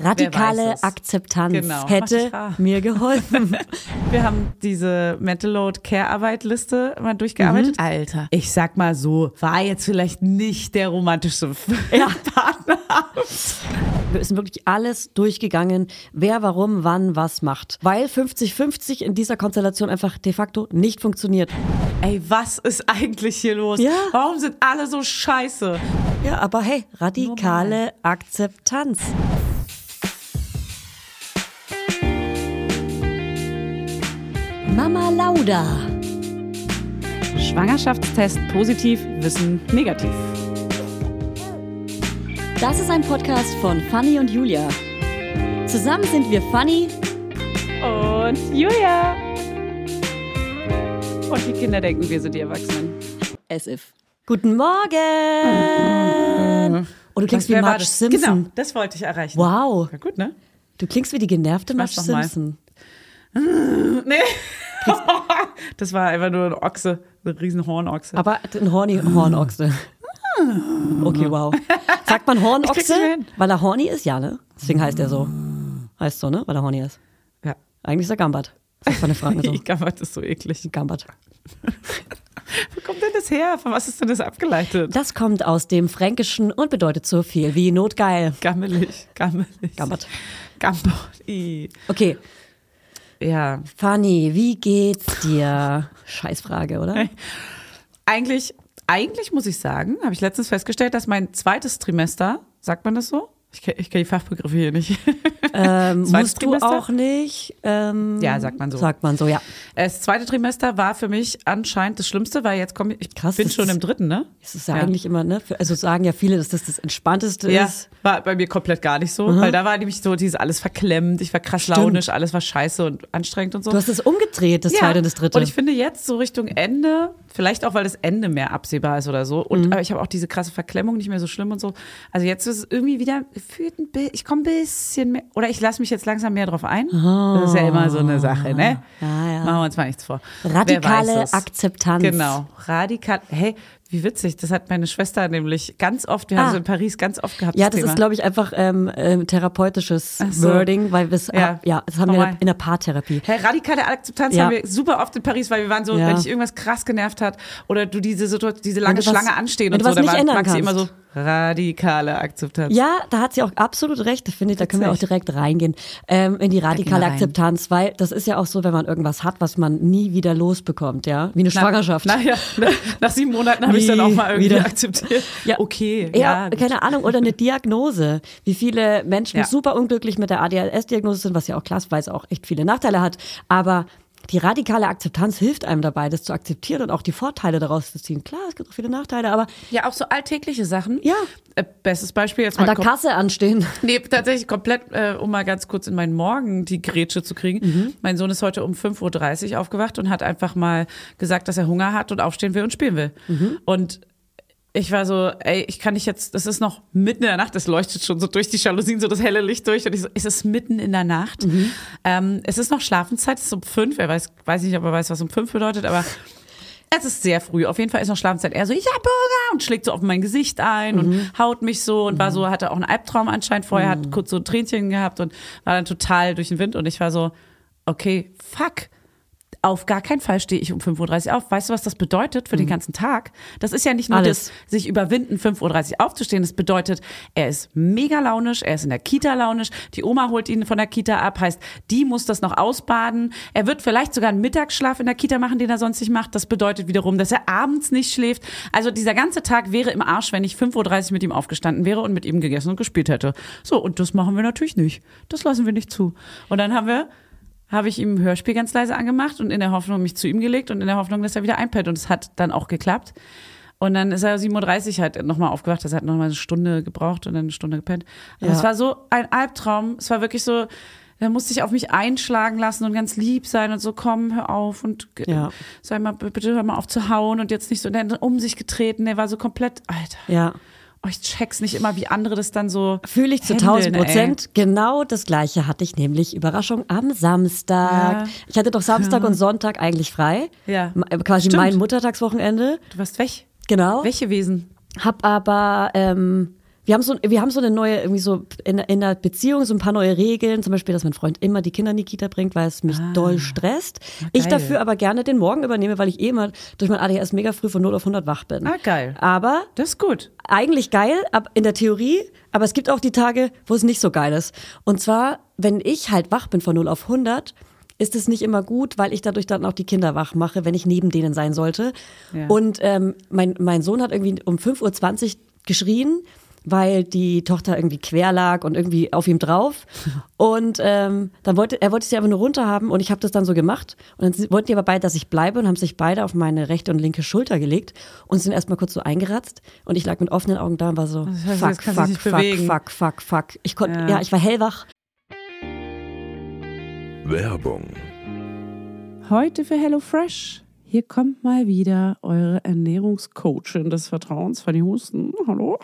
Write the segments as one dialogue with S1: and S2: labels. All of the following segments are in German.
S1: Radikale
S2: es?
S1: Akzeptanz
S2: Genau.
S1: hätte
S2: Mach ich
S1: mir geholfen.
S2: Wir haben diese Mental Load Care Arbeit Liste mal durchgearbeitet. Mhm. Alter, ich sag mal so, war jetzt vielleicht nicht der romantischste ja. Partner.
S1: Wir sind wirklich alles durchgegangen, wer warum, wann, was macht. Weil 50-50 in dieser Konstellation einfach de facto nicht funktioniert.
S2: Ey, was ist eigentlich hier los?
S1: Ja.
S2: Warum sind alle so scheiße?
S1: Ja, aber hey, radikale Akzeptanz. Mama Lauda.
S2: Schwangerschaftstest positiv, Wissen negativ.
S1: Das ist ein Podcast von Fanny und Julia. Zusammen sind wir Fanny
S2: Und Julia. Und die Kinder denken, wir sind die Erwachsenen.
S1: As if. Guten
S2: Mhm,
S1: Morgen! Oh, du klingst wie
S2: Wer war
S1: Marge
S2: das?
S1: Simpson.
S2: Genau, das wollte ich erreichen.
S1: Wow,
S2: Na gut, ne?
S1: du klingst wie die genervte Marge
S2: mach's noch mal.
S1: Simpson.
S2: Nee. das war einfach nur eine Ochse, eine riesen Hornochse.
S1: Aber ein horny
S2: Ah.
S1: Hornochse. Okay, wow. Sagt man
S2: Ich krieg's
S1: Hornochse,
S2: nicht mehr hin. Ah.
S1: weil er horny ist? Ja, ne? Deswegen heißt er so. Heißt so, ne? Weil er horny ist.
S2: ja.
S1: Eigentlich ist er Gambart. Das war eine Frage so.
S2: Ich glaube, das ist so eklig.
S1: Gambart.
S2: Wo kommt denn das her? Von was ist denn das abgeleitet?
S1: Das kommt aus dem Fränkischen und bedeutet so viel wie notgeil.
S2: Gammelig, gammelig.
S1: Gambert.
S2: Gambert. I.
S1: Okay,
S2: Ja.
S1: Fanny, wie geht's dir? Scheißfrage, oder?
S2: Äh, Eigentlich, eigentlich muss ich sagen, habe ich letztens festgestellt, dass mein zweites Trimester, sagt man das so? Ich kenne ich kenn die Fachbegriffe hier nicht.
S1: Ähm,
S2: Zweites
S1: musst du
S2: Trimester?
S1: auch nicht? Ähm,
S2: Ja, sagt man so.
S1: Sagt man so, ja.
S2: Das zweite Trimester war für mich anscheinend das Schlimmste, weil jetzt komme ich, ich
S1: Krass,
S2: bin
S1: das
S2: schon
S1: ist-
S2: im dritten, ne?
S1: Es ist ja, eigentlich immer, ne? Für, also sagen ja viele, dass das das Entspannteste
S2: Ja,
S1: ist.
S2: war bei mir komplett gar nicht so, weil da war nämlich so dieses alles verklemmt, ich war krass launisch, alles war scheiße und anstrengend und so.
S1: Du hast es umgedreht, das zweite und das dritte.
S2: Und ich finde jetzt so Richtung Ende, vielleicht auch, weil das Ende mehr absehbar ist oder so.
S1: Mhm.
S2: Und aber ich habe auch diese krasse Verklemmung nicht mehr so schlimm und so. Also jetzt ist es irgendwie wieder, fühlt ein bi- ich komme ein bisschen mehr, oder ich lasse mich jetzt langsam mehr drauf ein. Das ist ja immer so eine Sache, ne?
S1: Ah, Ja, ja.
S2: Machen wir uns mal nichts vor.
S1: Radikale
S2: Wer weiß es?
S1: Akzeptanz.
S2: Genau, radikal. Hey, wie witzig, das hat meine Schwester nämlich ganz oft, wir
S1: Ah.
S2: haben so in Paris ganz oft gehabt.
S1: ja, das
S2: Thema.
S1: ist, glaube ich, einfach ähm, ähm, therapeutisches
S2: Ach so.
S1: Wording, weil wir es, ja.
S2: Ja. Oh
S1: das haben wir in
S2: Normal.
S1: der- in der Paartherapie.
S2: Hey, radikale Akzeptanz
S1: Ja.
S2: haben wir super oft in Paris, weil wir waren so,
S1: Ja.
S2: wenn dich irgendwas krass genervt hat oder du diese Situation, diese lange
S1: du was-
S2: Schlange anstehen
S1: wenn
S2: und
S1: du
S2: so,
S1: was
S2: da
S1: nicht
S2: war
S1: ändern
S2: Maxi
S1: kannst.
S2: immer so radikale Akzeptanz.
S1: Ja, da hat sie auch absolut recht. Ich finde, da können wir auch
S2: Witzig.
S1: direkt reingehen ähm, in die radikale
S2: wir rein.
S1: Akzeptanz, weil das ist ja auch so, wenn man irgendwas hat, was man nie wieder losbekommt, ja, wie eine
S2: Na-
S1: Schwangerschaft.
S2: Na, ja, na, nach sieben Monaten habe ich dann auch
S1: Nie
S2: mal irgendwie
S1: wieder.
S2: akzeptiert.
S1: Ja.
S2: Okay, ja.
S1: Ja, keine Ahnung, oder eine Diagnose. Wie viele Menschen
S2: Ja.
S1: super unglücklich mit der ADHS-Diagnose sind, was ja auch klar ist, weil es auch echt viele Nachteile hat. Aber die radikale Akzeptanz hilft einem dabei, das zu akzeptieren und auch die Vorteile daraus zu ziehen. Klar, es gibt auch viele Nachteile, aber
S2: ja, auch so alltägliche Sachen.
S1: Ja.
S2: Äh, Bestes Beispiel jetzt
S1: an
S2: mal
S1: der
S2: kom-
S1: Kasse anstehen.
S2: Nee, tatsächlich komplett, äh, um mal ganz kurz in meinen Morgen die Grätsche zu kriegen. Mein Sohn ist heute um 5.30 Uhr aufgewacht und hat einfach mal gesagt, dass er Hunger hat und aufstehen will und spielen will. Und ich war so, ey, ich kann nicht jetzt, das ist noch mitten in der Nacht, es leuchtet schon so durch die Jalousien, so das helle Licht durch. Und ich so, es ist mitten in der Nacht. Ähm, es ist noch Schlafenszeit, es ist um fünf. Er weiß, weiß nicht, ob er weiß, was um fünf bedeutet, aber es ist sehr früh. Auf jeden Fall ist noch Schlafenszeit. Er so, ich hab Hunger und schlägt so auf mein Gesicht ein und haut mich so und war so, hatte auch einen Albtraum anscheinend vorher, hat kurz so ein Tränchen gehabt und war dann total durch den Wind und ich war so, okay, fuck. Auf gar keinen Fall stehe ich um 5.30 Uhr auf. Weißt du, was das bedeutet für den ganzen Tag? Das ist ja nicht nur
S1: Alles.
S2: das sich überwinden, 5.30 Uhr aufzustehen. Das bedeutet, er ist mega launisch, er ist in der Kita launisch, die Oma holt ihn von der Kita ab, heißt, die muss das noch ausbaden. Er wird vielleicht sogar einen Mittagsschlaf in der Kita machen, den er sonst nicht macht. Das bedeutet wiederum, dass er abends nicht schläft. Also dieser ganze Tag wäre im Arsch, wenn ich 5.30 Uhr mit ihm aufgestanden wäre und mit ihm gegessen und gespielt hätte. So, und das machen wir natürlich nicht. Das lassen wir nicht zu. Und dann haben wir habe ich ihm ein Hörspiel ganz leise angemacht und in der Hoffnung mich zu ihm gelegt und in der Hoffnung, dass er wieder einpennt. Und es hat dann auch geklappt. Und dann ist er 7.30 Uhr halt nochmal aufgewacht. Das hat nochmal eine Stunde gebraucht und dann eine Stunde gepennt. Aber
S1: Ja.
S2: es war so ein Albtraum. Es war wirklich so, da musste ich auf mich einschlagen lassen und ganz lieb sein und so, komm, hör auf und ge-
S1: Ja.
S2: sei mal, bitte hör mal auf zu hauen und jetzt nicht so. Und dann um sich getreten. Der war so komplett, Alter.
S1: Ja.
S2: Oh, ich check's nicht immer, wie andere das dann so.
S1: Fühle ich zu 1000
S2: handeln, ey.
S1: Prozent. Genau das Gleiche hatte ich nämlich, Überraschung, am Samstag.
S2: Ja.
S1: Ich hatte doch Samstag und Sonntag eigentlich frei.
S2: Ja.
S1: Ma- Quasi
S2: Stimmt.
S1: mein Muttertagswochenende.
S2: Du warst weg.
S1: Genau.
S2: Welche Wesen?
S1: Hab aber ähm, wir haben so, wir haben so eine neue, irgendwie so in, in der Beziehung so ein paar neue Regeln. Zum Beispiel, dass mein Freund immer die Kinder in die Kita bringt, weil es mich doll stresst. Ich
S2: Ah. geil.
S1: dafür aber gerne den Morgen übernehme, weil ich eh immer durch mein ADHS mega früh von 0 auf 100 wach bin.
S2: Ah, geil.
S1: Aber
S2: Das ist gut.
S1: eigentlich geil, ab in der Theorie, aber es gibt auch die Tage, wo es nicht so geil ist. Und zwar, wenn ich halt wach bin von 0 auf 100, ist es nicht immer gut, weil ich dadurch dann auch die Kinder wach mache, wenn ich neben denen sein sollte.
S2: Ja.
S1: Und ähm, mein, mein Sohn hat irgendwie um 5.20 Uhr geschrien, weil die Tochter irgendwie quer lag und irgendwie auf ihm drauf. Und ähm, dann wollte er wollte sie einfach nur runter haben und ich habe das dann so gemacht. Und dann wollten die aber beide, dass ich bleibe und haben sich beide auf meine rechte und linke Schulter gelegt und sind erstmal kurz so eingeratzt. Und ich lag mit offenen Augen da und war so,
S2: Das heißt,
S1: fuck,
S2: jetzt kannst du
S1: fuck,
S2: dich
S1: fuck,
S2: bewegen.
S1: fuck, fuck, fuck. Ich konnte,
S2: Ja.
S1: ja. ich war hellwach.
S3: Werbung.
S2: Heute für HelloFresh. Hier kommt mal wieder eure Ernährungscoachin des Vertrauens, Fanny Husten. Hallo.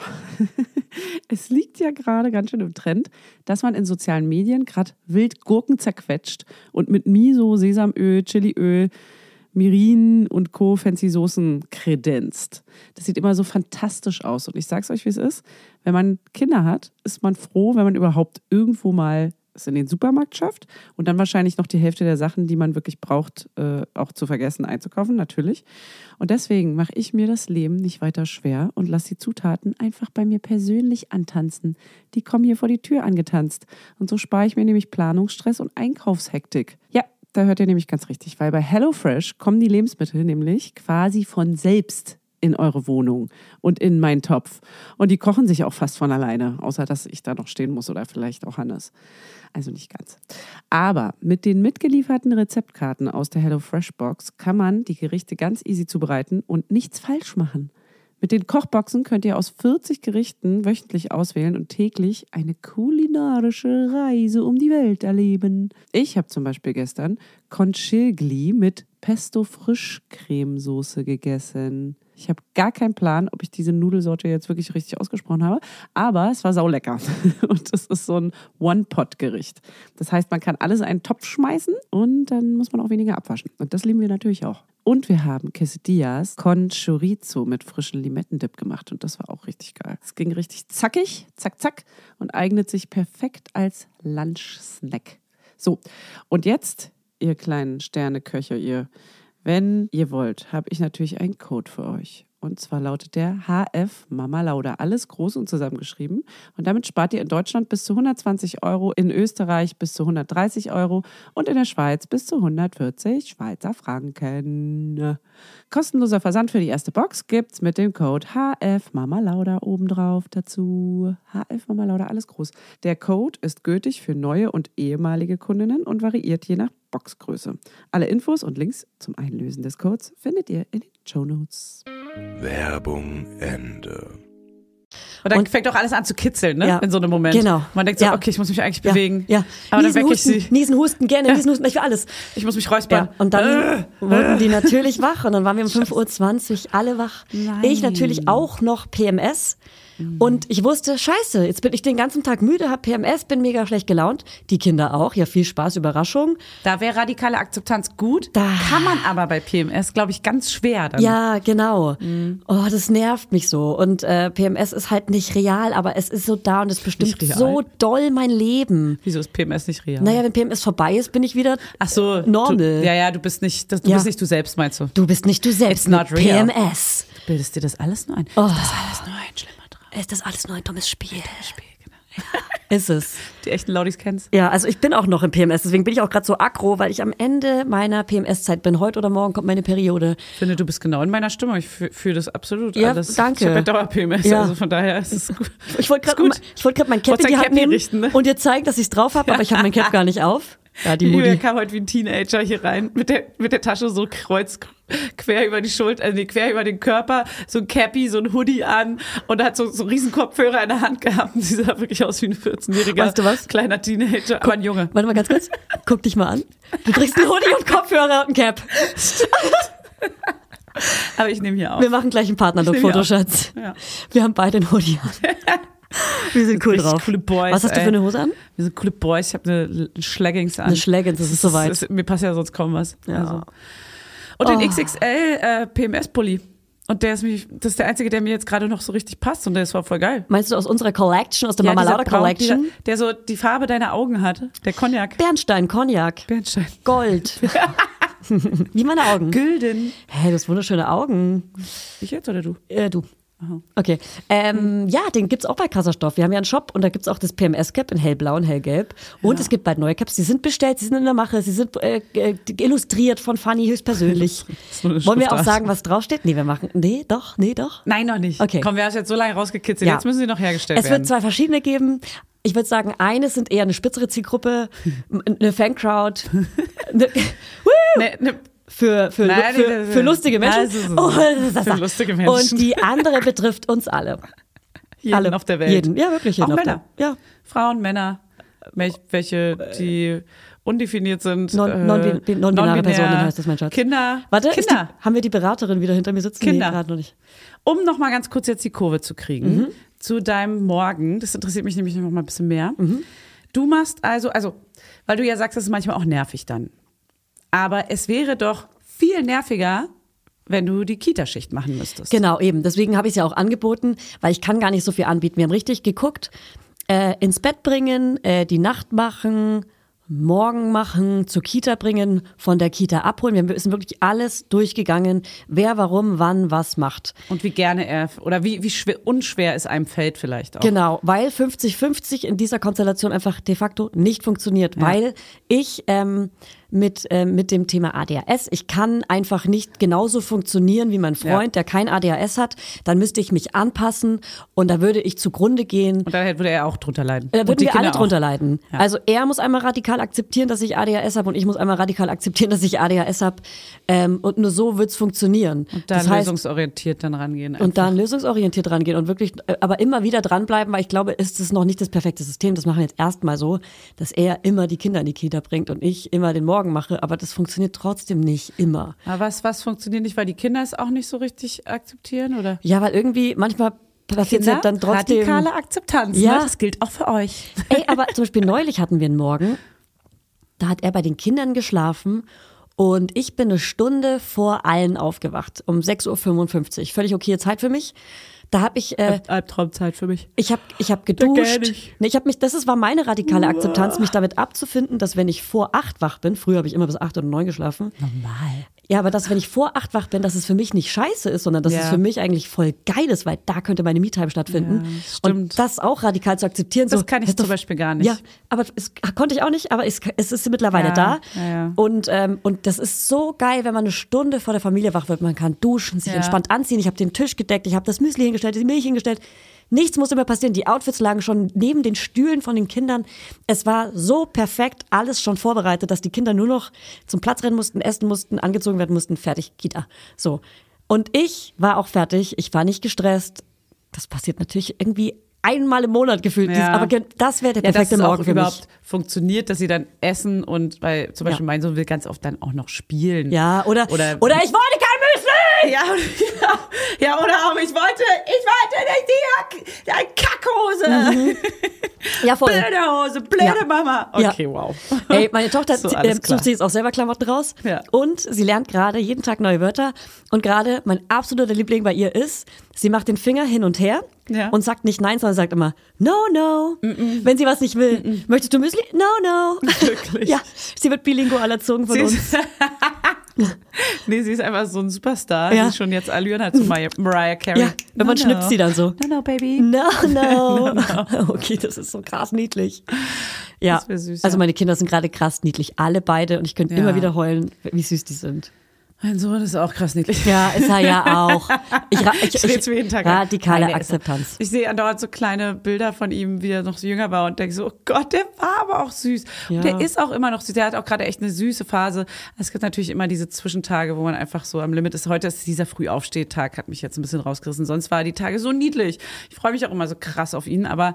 S2: Es liegt ja gerade ganz schön im Trend, dass man in sozialen Medien gerade wild Gurken zerquetscht und mit Miso, Sesamöl, Chiliöl, Mirin und Co. fancy Soßen kredenzt. Das sieht immer so fantastisch aus. Und ich sag's euch, wie es ist. Wenn man Kinder hat, ist man froh, wenn man überhaupt irgendwo mal es in den Supermarkt schafft und dann wahrscheinlich noch die Hälfte der Sachen, die man wirklich braucht, äh, auch zu vergessen einzukaufen, natürlich. Und deswegen mache ich mir das Leben nicht weiter schwer und lasse die Zutaten einfach bei mir persönlich antanzen. Die kommen hier vor die Tür angetanzt. Und so spare ich mir nämlich Planungsstress und Einkaufshektik. Ja, da hört ihr nämlich ganz richtig, weil bei HelloFresh kommen die Lebensmittel nämlich quasi von selbst in eure Wohnung und in meinen Topf. Und die kochen sich auch fast von alleine, außer dass ich da noch stehen muss oder vielleicht auch Hannes. Also nicht ganz. Aber mit den mitgelieferten Rezeptkarten aus der HelloFresh-Box kann man die Gerichte ganz easy zubereiten und nichts falsch machen. Mit den Kochboxen könnt ihr aus 40 Gerichten wöchentlich auswählen und täglich eine kulinarische Reise um die Welt erleben. Ich habe zum Beispiel gestern Conchigli mit Pesto-Frischcremesoße gegessen. Ich habe gar keinen Plan, ob ich diese Nudelsorte jetzt wirklich richtig ausgesprochen habe, aber es war saulecker. Und es ist so ein One-Pot-Gericht. Das heißt, man kann alles in einen Topf schmeißen und dann muss man auch weniger abwaschen. Und das lieben wir natürlich auch. Und wir haben Quesadillas con Chorizo mit frischen Limettendip gemacht und das war auch richtig geil. Es ging richtig zackig, zack, zack und eignet sich perfekt als Lunch-Snack. So, und jetzt, ihr kleinen Sterneköcher, ihr, wenn ihr wollt, habe ich natürlich einen Code für euch. Und zwar lautet der HF Mama Lauda. Alles groß und zusammengeschrieben. Und damit spart ihr in Deutschland bis zu 120 Euro, in Österreich bis zu 130 Euro und in der Schweiz bis zu 140 Schweizer Franken. Kostenloser Versand für die erste Box gibt's mit dem Code HF Mama Lauda obendrauf dazu. HF Mama Lauda, alles groß. Der Code ist gültig für neue und ehemalige Kundinnen und variiert je nach Boxgröße. Alle Infos und Links zum Einlösen des Codes findet ihr in den Show Notes.
S3: Werbung Ende.
S2: Und dann
S1: Und-
S2: fängt auch alles an zu kitzeln, ne?
S1: Ja.
S2: In so einem Moment.
S1: Genau.
S2: Man denkt so,
S1: Ja.
S2: okay, ich muss mich eigentlich
S1: Ja,
S2: bewegen.
S1: Ja.
S2: Aber dann
S1: niesen,
S2: wecke ich
S1: husten,
S2: sie.
S1: niesen, husten, gerne, niesen, husten, ich will alles.
S2: Ich muss mich räuspern.
S1: Ja, und
S2: Äh.
S1: dann wurden die natürlich wach und dann waren wir um 5.20 Uhr alle wach.
S2: Nein. Mhm.
S1: Ich natürlich auch noch PMS und ich wusste, scheiße, jetzt bin ich den ganzen Tag müde, hab PMS, bin mega schlecht gelaunt. Die Kinder auch, ja viel Spaß, Überraschung.
S2: Da wäre radikale Akzeptanz gut.
S1: Da.
S2: Kann man aber bei PMS, glaube ich, ganz schwer dann.
S1: Ja, genau.
S2: Mhm.
S1: Oh, das nervt mich so. Und äh, PMS ist halt nicht real, aber es ist so da und es bestimmt
S2: real.
S1: so doll mein Leben.
S2: Wieso ist PMS nicht real?
S1: Naja, wenn PMS vorbei ist, bin ich wieder
S2: Ach so.
S1: normal.
S2: Du, ja, ja, du bist nicht, das, du
S1: Ja.
S2: bist nicht du selbst, meinst du?
S1: Du bist nicht du selbst
S2: It's not
S1: mit
S2: real.
S1: PMS.
S2: Bildest dir das alles nur ein?
S1: Oh.
S2: Ist das alles nur ein schlimmer Traum?
S1: Ist das alles nur ein dummes Spiel?
S2: Spiel, genau.
S1: Ist es.
S2: Die echten Laudis kennst.
S1: Ja, also ich bin auch noch im PMS, deswegen bin ich auch gerade so aggro, weil ich am Ende meiner PMS-Zeit bin. Heute oder morgen kommt meine Periode.
S2: Ich finde, du bist genau in meiner Stimmung. Ich fühle fühl das absolut
S1: Ja,
S2: alles.
S1: danke.
S2: Ich habe ja Dauer-PMS,
S1: Ja.
S2: also von daher ist es gut.
S1: Ich wollte
S2: Ist
S1: gerade
S2: gut.
S1: ich wollte gerade mein Cap in
S2: Wolltest
S1: die
S2: dein
S1: Hand
S2: Cappy
S1: nehmen
S2: richten, ne?
S1: und dir zeigen, dass ich's drauf habe, aber ich habe mein Cap gar nicht auf. Ja, die
S2: Julia
S1: Mutti.
S2: kam heute wie ein Teenager hier rein, mit der, mit der Tasche so kreuz, quer über die Schulter, also nee, quer über den Körper, so ein Cappy, so ein Hoodie an und hat so, so einen riesen Kopfhörer in der Hand gehabt. Und sie sah wirklich aus wie ein 14-jähriger
S1: Weißt du was?
S2: kleiner Teenager, aber ein Junge.
S1: Warte mal ganz kurz. Guck dich mal an. Du kriegst einen Hoodie und Kopfhörer und ein Cap.
S2: Aber ich nehme hier auf.
S1: Wir machen gleich einen
S2: Ich nehm die
S1: Partnerlook-Foto,
S2: auch.
S1: Schatz.
S2: Ja.
S1: Wir haben beide einen Hoodie an. Wir sind cool
S2: Richtig
S1: drauf.
S2: coole Boys,
S1: Was hast du
S2: ey.
S1: für eine Hose an?
S2: Wir sind coole Boys, ich habe eine Schleggings an.
S1: Eine Schleggings, Ne das ist soweit.
S2: Das ist- Mir passt ja sonst kaum was.
S1: Ja.
S2: Also. Und den
S1: Oh.
S2: XXL äh, PMS-Pulli. Und der ist mich, das ist der einzige, der mir jetzt gerade noch so richtig passt und der ist war voll geil.
S1: Meinst du aus unserer Collection, aus der Mama
S2: dieser
S1: Lauda
S2: Braun,
S1: Collection?
S2: Dieser, der so die Farbe deiner Augen hat. Der Cognac.
S1: Bernstein, Cognac,
S2: Bernstein.
S1: Gold. Wie meine Augen.
S2: Gülden.
S1: Hey, du hast wunderschöne Augen.
S2: Ich jetzt oder du?
S1: Äh, du. Okay. Ähm, ja, den gibt's auch bei Kasserstoff. Wir haben ja einen Shop und da gibt's auch das PMS-Cap in hellblau und hellgelb. Und es gibt bald neue Caps. Die sind bestellt, sie sind in der Mache, sie sind äh, äh, illustriert von Fanny höchstpersönlich.
S2: ist nur eine
S1: Wollen wir auch
S2: Schriftart.
S1: sagen, was draufsteht? Nee, wir machen. Nee, doch, nee, doch.
S2: Nein, noch nicht.
S1: Okay.
S2: Komm, wir haben es jetzt so lange rausgekitzelt. Jetzt müssen sie noch hergestellt
S1: es Es
S2: werden.
S1: wird zwei verschiedene geben. Ich würde sagen, eines sind eher eine spitzere Zielgruppe, m- eine Fancrowd. eine, Woo!
S2: Ne, ne,
S1: für, für,
S2: Nein,
S1: für,
S2: das-
S1: für lustige Menschen.
S2: Also, so-
S1: Oh, das ist-
S2: für lustige Menschen.
S1: Und die andere betrifft uns alle.
S2: jeden
S1: alle.
S2: auf der Welt.
S1: Jeden. Ja, wirklich. Jeden
S2: Auch
S1: auf
S2: Männer.
S1: Der, ja.
S2: Frauen, Männer, welch- welche, die undefiniert sind.
S1: Non,
S2: äh,
S1: non, non binäre
S2: non-binär,
S1: Personen heißt das, mein Schatz.
S2: Kinder.
S1: Warte, ist
S2: Kinder.
S1: Die, haben wir die Beraterin wieder hinter mir sitzen?
S2: Kinder.
S1: Nee, gerade noch nicht.
S2: Um nochmal ganz kurz jetzt die Kurve zu kriegen
S1: Mhm.
S2: zu deinem Morgen, das interessiert mich nämlich nochmal ein bisschen mehr.
S1: Mhm.
S2: Du machst also, also, weil du ja sagst, das ist manchmal auch nervig dann. Aber es wäre doch viel nerviger, wenn du die Kita-Schicht machen müsstest.
S1: Genau, eben. Deswegen habe ich es ja auch angeboten, weil ich kann gar nicht so viel anbieten. Wir haben richtig geguckt. Äh, ins Bett bringen, äh, die Nacht machen, morgen machen, zur Kita bringen, von der Kita abholen. Wir sind wirklich alles durchgegangen, wer warum, wann, was macht.
S2: Und wie gerne er, oder wie, wie schwer, unschwer es einem fällt vielleicht auch.
S1: Genau, weil 50-50 in dieser Konstellation einfach de facto nicht funktioniert, weil ich ähm, mit, ähm, mit dem Thema ADHS, ich kann einfach nicht genauso funktionieren wie mein Freund,
S2: Ja.
S1: der kein ADHS hat, dann müsste ich mich anpassen und da würde ich zugrunde gehen.
S2: Und dann hätte- würde er auch drunter leiden.
S1: Da
S2: Und
S1: würden
S2: die
S1: wir alle
S2: Kinder auch.
S1: drunter leiden.
S2: Ja.
S1: Also er muss einmal radikal akzeptieren, dass ich ADHS habe und ich muss einmal radikal akzeptieren, dass ich ADHS habe. Ähm, und nur so wird's funktionieren.
S2: Und dann
S1: das heißt,
S2: lösungsorientiert dann rangehen.
S1: und dann lösungsorientiert rangehen und wirklich, äh, aber immer wieder dranbleiben, weil ich glaube, ist es noch nicht das perfekte System. Das machen wir jetzt erstmal so, dass er immer die Kinder in die Kita bringt und ich immer den Morgen mache, aber das funktioniert trotzdem nicht immer.
S2: Aber was, was funktioniert nicht, weil die Kinder es auch nicht so richtig akzeptieren, oder?
S1: Ja, weil irgendwie manchmal passiert es
S2: Kinder,
S1: halt dann trotzdem.
S2: radikale Akzeptanz.
S1: Ja.
S2: Ne? Das gilt auch für euch.
S1: Ey, aber zum Beispiel neulich hatten wir einen Morgen, da hat er bei den Kindern geschlafen und ich bin eine Stunde vor allen aufgewacht, um 6.55 Uhr. Völlig okay Zeit für mich. Da habe ich äh,
S2: Albtraumzeit für mich.
S1: Ich habe ich hab
S2: gähn
S1: geduscht.
S2: ich.
S1: Nee, ich hab mich, das ist, war meine radikale Akzeptanz, mich damit abzufinden, dass wenn ich vor acht wach bin, früher habe ich immer bis acht oder neun geschlafen,
S2: Mal.
S1: ja, aber dass wenn ich vor acht wach bin, dass es für mich nicht scheiße ist, sondern dass
S2: Ja.
S1: es für mich eigentlich voll geil ist, weil da könnte meine Me-Time stattfinden.
S2: Ja, das
S1: Und
S2: stimmt.
S1: das auch radikal zu akzeptieren.
S2: Das
S1: so,
S2: kann ich
S1: das
S2: zum
S1: doch-
S2: Beispiel gar nicht.
S1: Ja, aber es ah, konnte ich auch nicht, aber es, es ist mittlerweile
S2: Ja,
S1: da.
S2: ja, ja.
S1: Und, ähm, und das ist so geil, wenn man eine Stunde vor der Familie wach wird. Man kann duschen, sich
S2: Ja.
S1: entspannt anziehen. Ich habe den Tisch gedeckt, ich habe das Müsli hingestellt, die Milch hingestellt. Nichts musste mehr passieren. Die Outfits lagen schon neben den Stühlen von den Kindern. Es war so perfekt, alles schon vorbereitet, dass die Kinder nur noch zum Platz rennen mussten, essen mussten, angezogen werden mussten. Fertig, Kita. So. Und ich war auch fertig. Ich war nicht gestresst. Das passiert natürlich irgendwie einmal im Monat gefühlt.
S2: Ja.
S1: Dies- Aber ge- das wäre der
S2: Ja, dass
S1: perfekte
S2: es auch
S1: Morgen für mich.
S2: überhaupt funktioniert, dass sie dann essen und weil zum Beispiel mein Sohn will ganz oft dann auch noch spielen.
S1: Ja, oder,
S2: Oder-
S1: oder, ich wollte kein Müsli!
S2: Ja, oder- ja, ja, oder auch ich wollte, ich wollte nicht die Hack- Kackhose,
S1: Mhm. Ja, voll.
S2: blöde Hose, blöde
S1: Ja.
S2: Mama.
S1: Ja.
S2: Okay, wow.
S1: Ey, meine Tochter
S2: So,
S1: zie-
S2: alles
S1: äh,
S2: klar.
S1: sucht sich jetzt auch selber Klamotten raus.
S2: Ja.
S1: Und sie lernt gerade jeden Tag neue Wörter. Und gerade mein absoluter Liebling bei ihr ist, sie macht den Finger hin und her
S2: Ja.
S1: und sagt nicht nein, sondern sagt immer no, no. Wenn sie was nicht will. Möchtest du Müsli? No, no.
S2: Wirklich?
S1: ja, sie wird bilingual erzogen von
S2: Sie
S1: uns.
S2: ist, nee, sie ist einfach so ein Superstar.
S1: Ja.
S2: Sie ist schon jetzt Allüren hat zu Mariah, Mariah Carey.
S1: Ja, wenn man schnipst sie dann so.
S2: No, no, baby.
S1: No, no. Okay, das ist so krass niedlich. Ja,
S2: Das wär süß,
S1: also
S2: ja.
S1: meine Kinder sind gerade krass niedlich, alle beide. Und ich könnte
S2: Ja.
S1: immer wieder heulen, wie süß die sind.
S2: Mein Sohn ist auch krass niedlich.
S1: Ja, ist er ja auch. Ich, ra- ich,
S2: Ich red's mir jeden
S1: ich,
S2: Tag an.
S1: radikale
S2: Nein, der ist-
S1: Akzeptanz.
S2: Ich sehe andauernd so kleine Bilder von ihm, wie er noch so jünger war und denke so, oh Gott, der war aber auch süß.
S1: Ja.
S2: Und der ist auch immer noch süß. Der hat auch gerade echt eine süße Phase. Es gibt natürlich immer diese Zwischentage, wo man einfach so am Limit ist. Heute ist dieser Frühaufstehtag, hat mich jetzt ein bisschen rausgerissen. Sonst war die Tage so niedlich. Ich freue mich auch immer so krass auf ihn, aber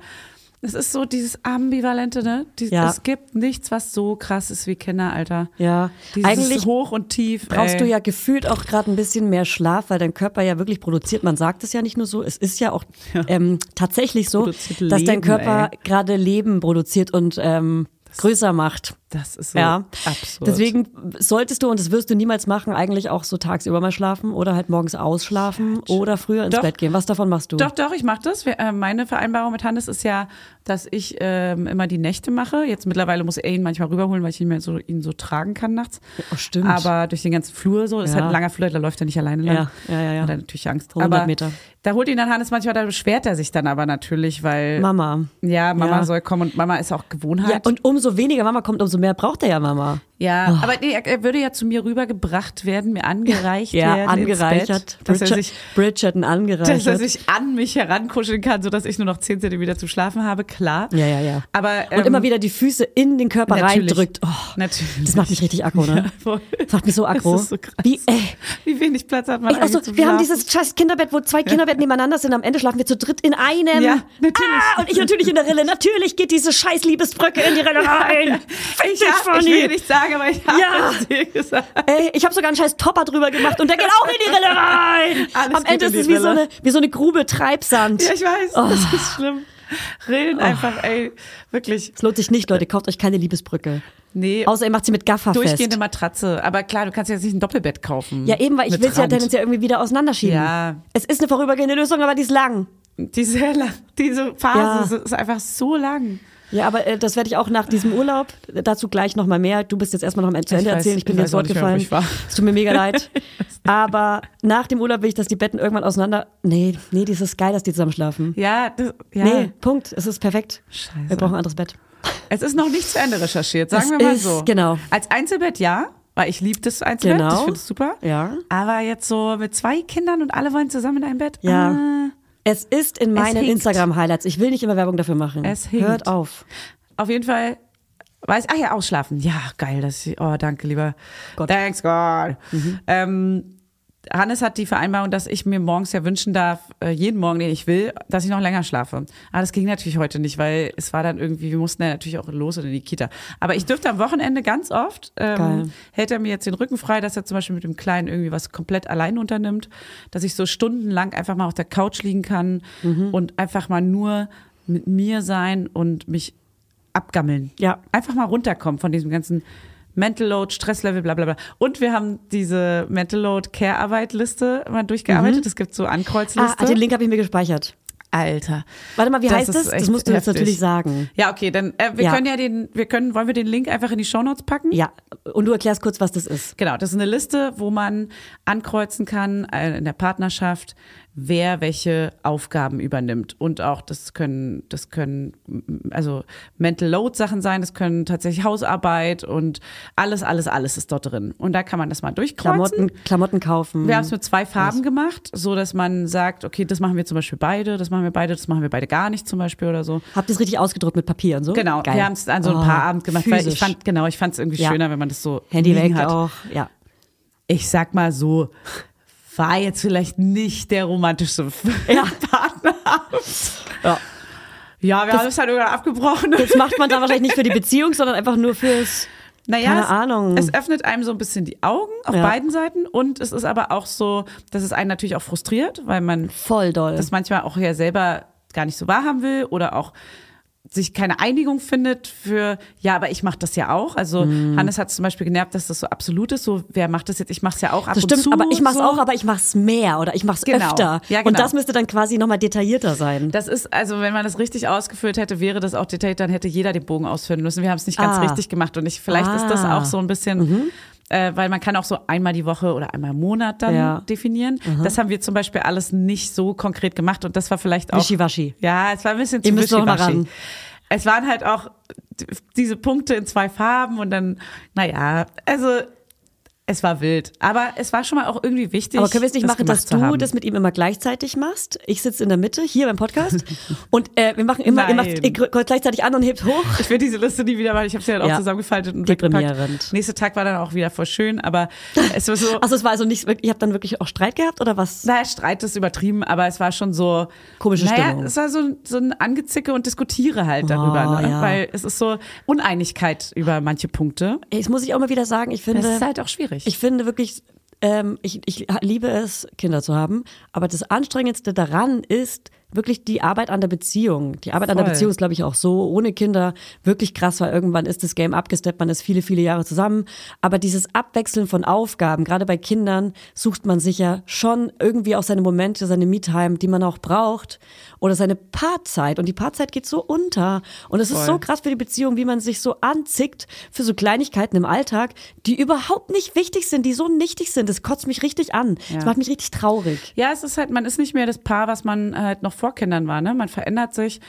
S2: es ist so dieses Ambivalente, ne? Dies,
S1: Ja.
S2: Es gibt nichts, was so krass ist wie Kinderalter.
S1: Ja.
S2: Dieses
S1: Eigentlich
S2: hoch und tief.
S1: Brauchst
S2: ey.
S1: du ja gefühlt auch gerade ein bisschen mehr Schlaf, weil dein Körper ja wirklich produziert. Man sagt es ja nicht nur so, es ist ja auch Ähm, tatsächlich so,
S2: Produziert
S1: dass dein
S2: Leben,
S1: Körper gerade Leben produziert und ähm, größer macht.
S2: Das ist so
S1: ja.
S2: absurd.
S1: Deswegen solltest du, und das wirst du niemals machen, eigentlich auch so tagsüber mal schlafen oder halt morgens ausschlafen oder früher ins
S2: Doch.
S1: Bett gehen. Was davon machst du?
S2: Doch, doch, ich mache das. Wir, äh, meine Vereinbarung mit Hannes ist ja, dass ich ähm, immer die Nächte mache. Jetzt mittlerweile muss er ihn manchmal rüberholen, weil ich ihn mehr so, ihn so tragen kann nachts.
S1: Oh, stimmt.
S2: Aber durch den ganzen Flur so, das ist
S1: Ja.
S2: halt ein langer Flur, da läuft er nicht alleine lang.
S1: Ja, ja, ja, ja.
S2: Hat er natürlich Angst.
S1: 100
S2: aber
S1: Meter.
S2: Da holt ihn dann Hannes manchmal, da beschwert er sich dann aber natürlich, weil
S1: Mama.
S2: ja, Mama
S1: Ja.
S2: soll kommen und Mama ist auch Gewohnheit.
S1: Ja, und Oh. umso weniger Mama kommt, umso mehr braucht er ja Mama.
S2: Ja, aber nee, er, er würde ja zu mir rübergebracht werden, mir angereicht
S1: Ja,
S2: werden. ins
S1: angereichert.
S2: Bett, dass, er sich,
S1: Bridgerton angereichert.
S2: dass er sich an mich herankuscheln kann, sodass ich nur noch 10 Zentimeter zum Schlafen habe, klar.
S1: ja, ja, ja.
S2: Aber,
S1: und
S2: ähm,
S1: immer wieder die Füße in den Körper
S2: natürlich.
S1: reindrückt. Oh,
S2: Natürlich.
S1: Das macht mich richtig aggro, ne?
S2: voll.
S1: Das macht mich so aggro.
S2: Das ist so krass.
S1: Wie, äh, ey,
S2: Wie wenig Platz hat man
S1: Ey, also,
S2: eigentlich zum
S1: wir haben
S2: Schlafen?
S1: dieses scheiß Kinderbett, wo zwei Kinderbetten nebeneinander sind. Am Ende schlafen wir zu dritt in einem.
S2: Ja, natürlich.
S1: Ah, und ich natürlich in der Rille. Natürlich geht diese scheiß Liebesbrücke in die Rille rein. Fick
S2: ich,
S1: dich,
S2: hab, ich
S1: Fanny.
S2: will nicht sagen, aber ich habe
S1: Ja. Äh,
S2: es dir gesagt.
S1: Ey, ich habe sogar einen scheiß Topper drüber gemacht und der geht auch in die Rille rein.
S2: Alles
S1: Am
S2: geht
S1: Ende
S2: in
S1: ist
S2: die
S1: es wie so,
S2: Rille.
S1: eine, wie so eine Grube Treibsand.
S2: Ja, ich weiß,
S1: oh.
S2: das ist schlimm. Rillen einfach, ey, wirklich.
S1: Es lohnt sich nicht, Leute. Kauft euch keine Liebesbrücke.
S2: Nee,
S1: Außer ihr macht sie mit Gaffer
S2: durchgehende
S1: fest.
S2: Matratze. Aber klar, du kannst jetzt nicht ein Doppelbett kaufen.
S1: Ja, eben, weil ich
S2: Mit
S1: will es ja
S2: Rand.
S1: tendenziell irgendwie wieder auseinanderschieben.
S2: Ja.
S1: Es ist eine vorübergehende Lösung, aber die ist lang.
S2: Die ist sehr lang. Diese
S1: Ja.
S2: Phase ist- ist einfach so lang.
S1: Ja, aber äh, das werde ich auch nach diesem Urlaub, äh, dazu gleich nochmal mehr. Du bist jetzt erstmal noch am zu
S2: Ich
S1: Ende
S2: weiß,
S1: erzählen, ich bin
S2: ich
S1: dir
S2: weiß
S1: ins
S2: auch
S1: Wort
S2: nicht mehr, wo
S1: gefallen.
S2: ich war.
S1: Es tut mir mega leid. aber nach dem Urlaub will ich, dass die Betten irgendwann auseinander. Nee, nee, das ist geil, dass die zusammen schlafen.
S2: Ja, das, ja.
S1: Nee, Punkt. Es ist perfekt.
S2: Scheiße.
S1: Wir brauchen ein anderes Bett.
S2: Es ist noch nicht zu Ende recherchiert, sagen
S1: Es
S2: wir mal
S1: ist-
S2: so.
S1: genau.
S2: Als Einzelbett ja, weil ich liebe das Einzelbett,
S1: Genau.
S2: ich finde es super.
S1: Ja.
S2: Aber jetzt so mit zwei Kindern und alle wollen zusammen in ein Bett. Ah,
S1: Ja. Es ist in meinen
S2: hinkt.
S1: Instagram-Highlights. Ich will nicht immer Werbung dafür machen.
S2: Es hinkt.
S1: Hört auf.
S2: Ah, auf jeden Fall weiß. Ach ja, ausschlafen. Ja, geil, dass ich. Oh, danke, lieber.
S1: Gott. Mhm.
S2: Thanks God. Ähm, Hannes hat die Vereinbarung, dass ich mir morgens ja wünschen darf, äh, jeden Morgen, den ich will, dass ich noch länger schlafe. Aber das ging natürlich heute nicht, weil es war dann irgendwie, wir mussten ja natürlich auch los und in die Kita. Aber ich dürfte am Wochenende ganz oft,
S1: Geil.
S2: ähm, hält er mir jetzt den Rücken frei, dass er zum Beispiel mit dem Kleinen irgendwie was komplett allein unternimmt, dass ich so stundenlang einfach mal auf der Couch liegen kann und einfach mal nur mit mir sein und mich abgammeln.
S1: Ja.
S2: Einfach mal runterkommen von diesem ganzen Mental Load, Stresslevel, bla bla bla. Und wir haben diese Mental Load Care-Arbeit-Liste mal durchgearbeitet. Es gibt so
S1: Ah,
S2: Ankreuzliste.
S1: den Link habe ich mir gespeichert.
S2: Alter.
S1: Warte mal, wie
S2: Das
S1: heißt
S2: ist
S1: es? Das
S2: echt
S1: musst du jetzt
S2: heftig.
S1: natürlich sagen.
S2: Ja, okay, dann äh, wir
S1: Ja.
S2: können ja den, wir können, wollen wir den Link einfach in die Shownotes packen?
S1: Ja. Und du erklärst kurz, was das ist.
S2: Genau, das ist eine Liste, wo man ankreuzen kann äh, in der Partnerschaft, wer welche Aufgaben übernimmt. Und auch das können, das können mm, also Mental Load Sachen sein, das können tatsächlich Hausarbeit und alles, alles, alles ist dort drin. Und da kann man das mal durchkreuzen.
S1: Klamotten, Klamotten kaufen.
S2: Wir haben es mit zwei Farben gemacht, so dass man sagt, okay, das machen wir zum Beispiel beide, das machen wir beide, das machen wir beide gar nicht zum Beispiel oder so.
S1: Habt ihr es richtig ausgedruckt mit Papier und so?
S2: Genau,
S1: Geil.
S2: wir haben es an so ein
S1: Oh,
S2: paar Abend gemacht, weil ich
S1: physisch.
S2: fand, genau, ich fand es irgendwie
S1: Ja.
S2: schöner, wenn man das so
S1: Handy
S2: liegen
S1: weg oh,
S2: hat
S1: auch. Ja.
S2: ich sag mal so, war jetzt vielleicht nicht der romantischste
S1: Ja.
S2: Partnerabend.
S1: ja.
S2: Ja, wir haben es halt irgendwann abgebrochen.
S1: Das macht man dann wahrscheinlich nicht für die Beziehung, sondern einfach nur fürs.
S2: Naja,
S1: Keine
S2: es,
S1: Ahnung.
S2: Es öffnet einem so ein bisschen die Augen auf
S1: Ja.
S2: beiden Seiten und es ist aber auch so, dass es einen natürlich auch frustriert, weil man
S1: Voll doll.
S2: das manchmal auch ja selber gar nicht so wahrhaben will oder auch sich keine Einigung findet für, ja, aber ich mache das ja auch. Also
S1: Mhm.
S2: Hannes hat zum Beispiel genervt, dass das so absolut ist, so wer macht das jetzt? Ich mache es ja auch ab
S1: Das
S2: und
S1: stimmt,
S2: zu.
S1: aber ich mach's
S2: so.
S1: auch, aber ich mach's mehr oder ich mach's
S2: Genau.
S1: öfter.
S2: Ja,
S1: Und
S2: genau.
S1: das müsste dann quasi nochmal detaillierter sein.
S2: Das ist, also wenn man das richtig ausgeführt hätte, wäre das auch detailliert, dann hätte jeder den Bogen ausführen müssen. Wir haben es nicht ganz
S1: Ah.
S2: richtig gemacht und ich, vielleicht ist das
S1: Ah.
S2: auch so ein bisschen, äh, weil man kann auch so einmal die Woche oder einmal im Monat dann
S1: Ja. Mhm.
S2: definieren. Das haben wir zum Beispiel alles nicht so konkret gemacht und das war vielleicht auch,
S1: Wischiwaschi.
S2: ja, es war ein bisschen zu
S1: Ihr müsst doch mal
S2: wischiwaschi.
S1: ran.
S2: Es waren halt auch d- diese Punkte in zwei Farben und dann, naja, also es war wild. Aber es war schon mal auch irgendwie wichtig.
S1: Aber können wir es nicht
S2: das
S1: machen, dass
S2: gemacht zu
S1: du
S2: haben.
S1: das mit ihm immer gleichzeitig machst? Ich sitze in der Mitte, hier beim Podcast. und äh, wir machen immer, ihr macht
S2: Nein.
S1: ihr gr- gleichzeitig an und hebt hoch.
S2: Ich will diese Liste nie wieder machen. Ich habe sie halt auch
S1: Ja.
S2: zusammengefaltet und
S1: Deprimierend.
S2: weggepackt. Nächster Tag war dann auch wieder voll schön, aber es war so,
S1: Also es war also nicht, wirklich- ihr habt dann wirklich auch Streit gehabt oder was?
S2: naja, Streit ist übertrieben, aber es war schon so.
S1: Komische
S2: naja,
S1: Stimmung.
S2: es war so, so ein Angezicke und diskutiere halt darüber,
S1: Oh,
S2: ne?
S1: ja.
S2: weil es ist so Uneinigkeit über manche Punkte.
S1: Ey, Das muss ich auch mal wieder sagen. Ich finde,
S2: Das ist halt auch schwierig.
S1: Ich finde wirklich, ähm, ich, ich liebe es, Kinder zu haben, aber das Anstrengendste daran ist, wirklich die Arbeit an der Beziehung. Die Arbeit an der
S2: Voll.
S1: Beziehung ist, glaube ich, auch so ohne Kinder wirklich krass, weil irgendwann ist das Game abgesteppt, man ist viele, viele Jahre zusammen. Aber dieses Abwechseln von Aufgaben, gerade bei Kindern, sucht man sich ja schon irgendwie auch seine Momente, seine Me-Time, die man auch braucht. Oder seine Paarzeit. Und die Paarzeit geht so unter. Und es ist
S2: Voll.
S1: so krass für die Beziehung, wie man sich so anzickt für so Kleinigkeiten im Alltag, die überhaupt nicht wichtig sind, die so nichtig sind. Das kotzt mich richtig an. Das macht mich richtig traurig.
S2: Ja, es ist halt, man ist nicht mehr das Paar, was man halt noch vor Kindern war. Ne? Man verändert sich.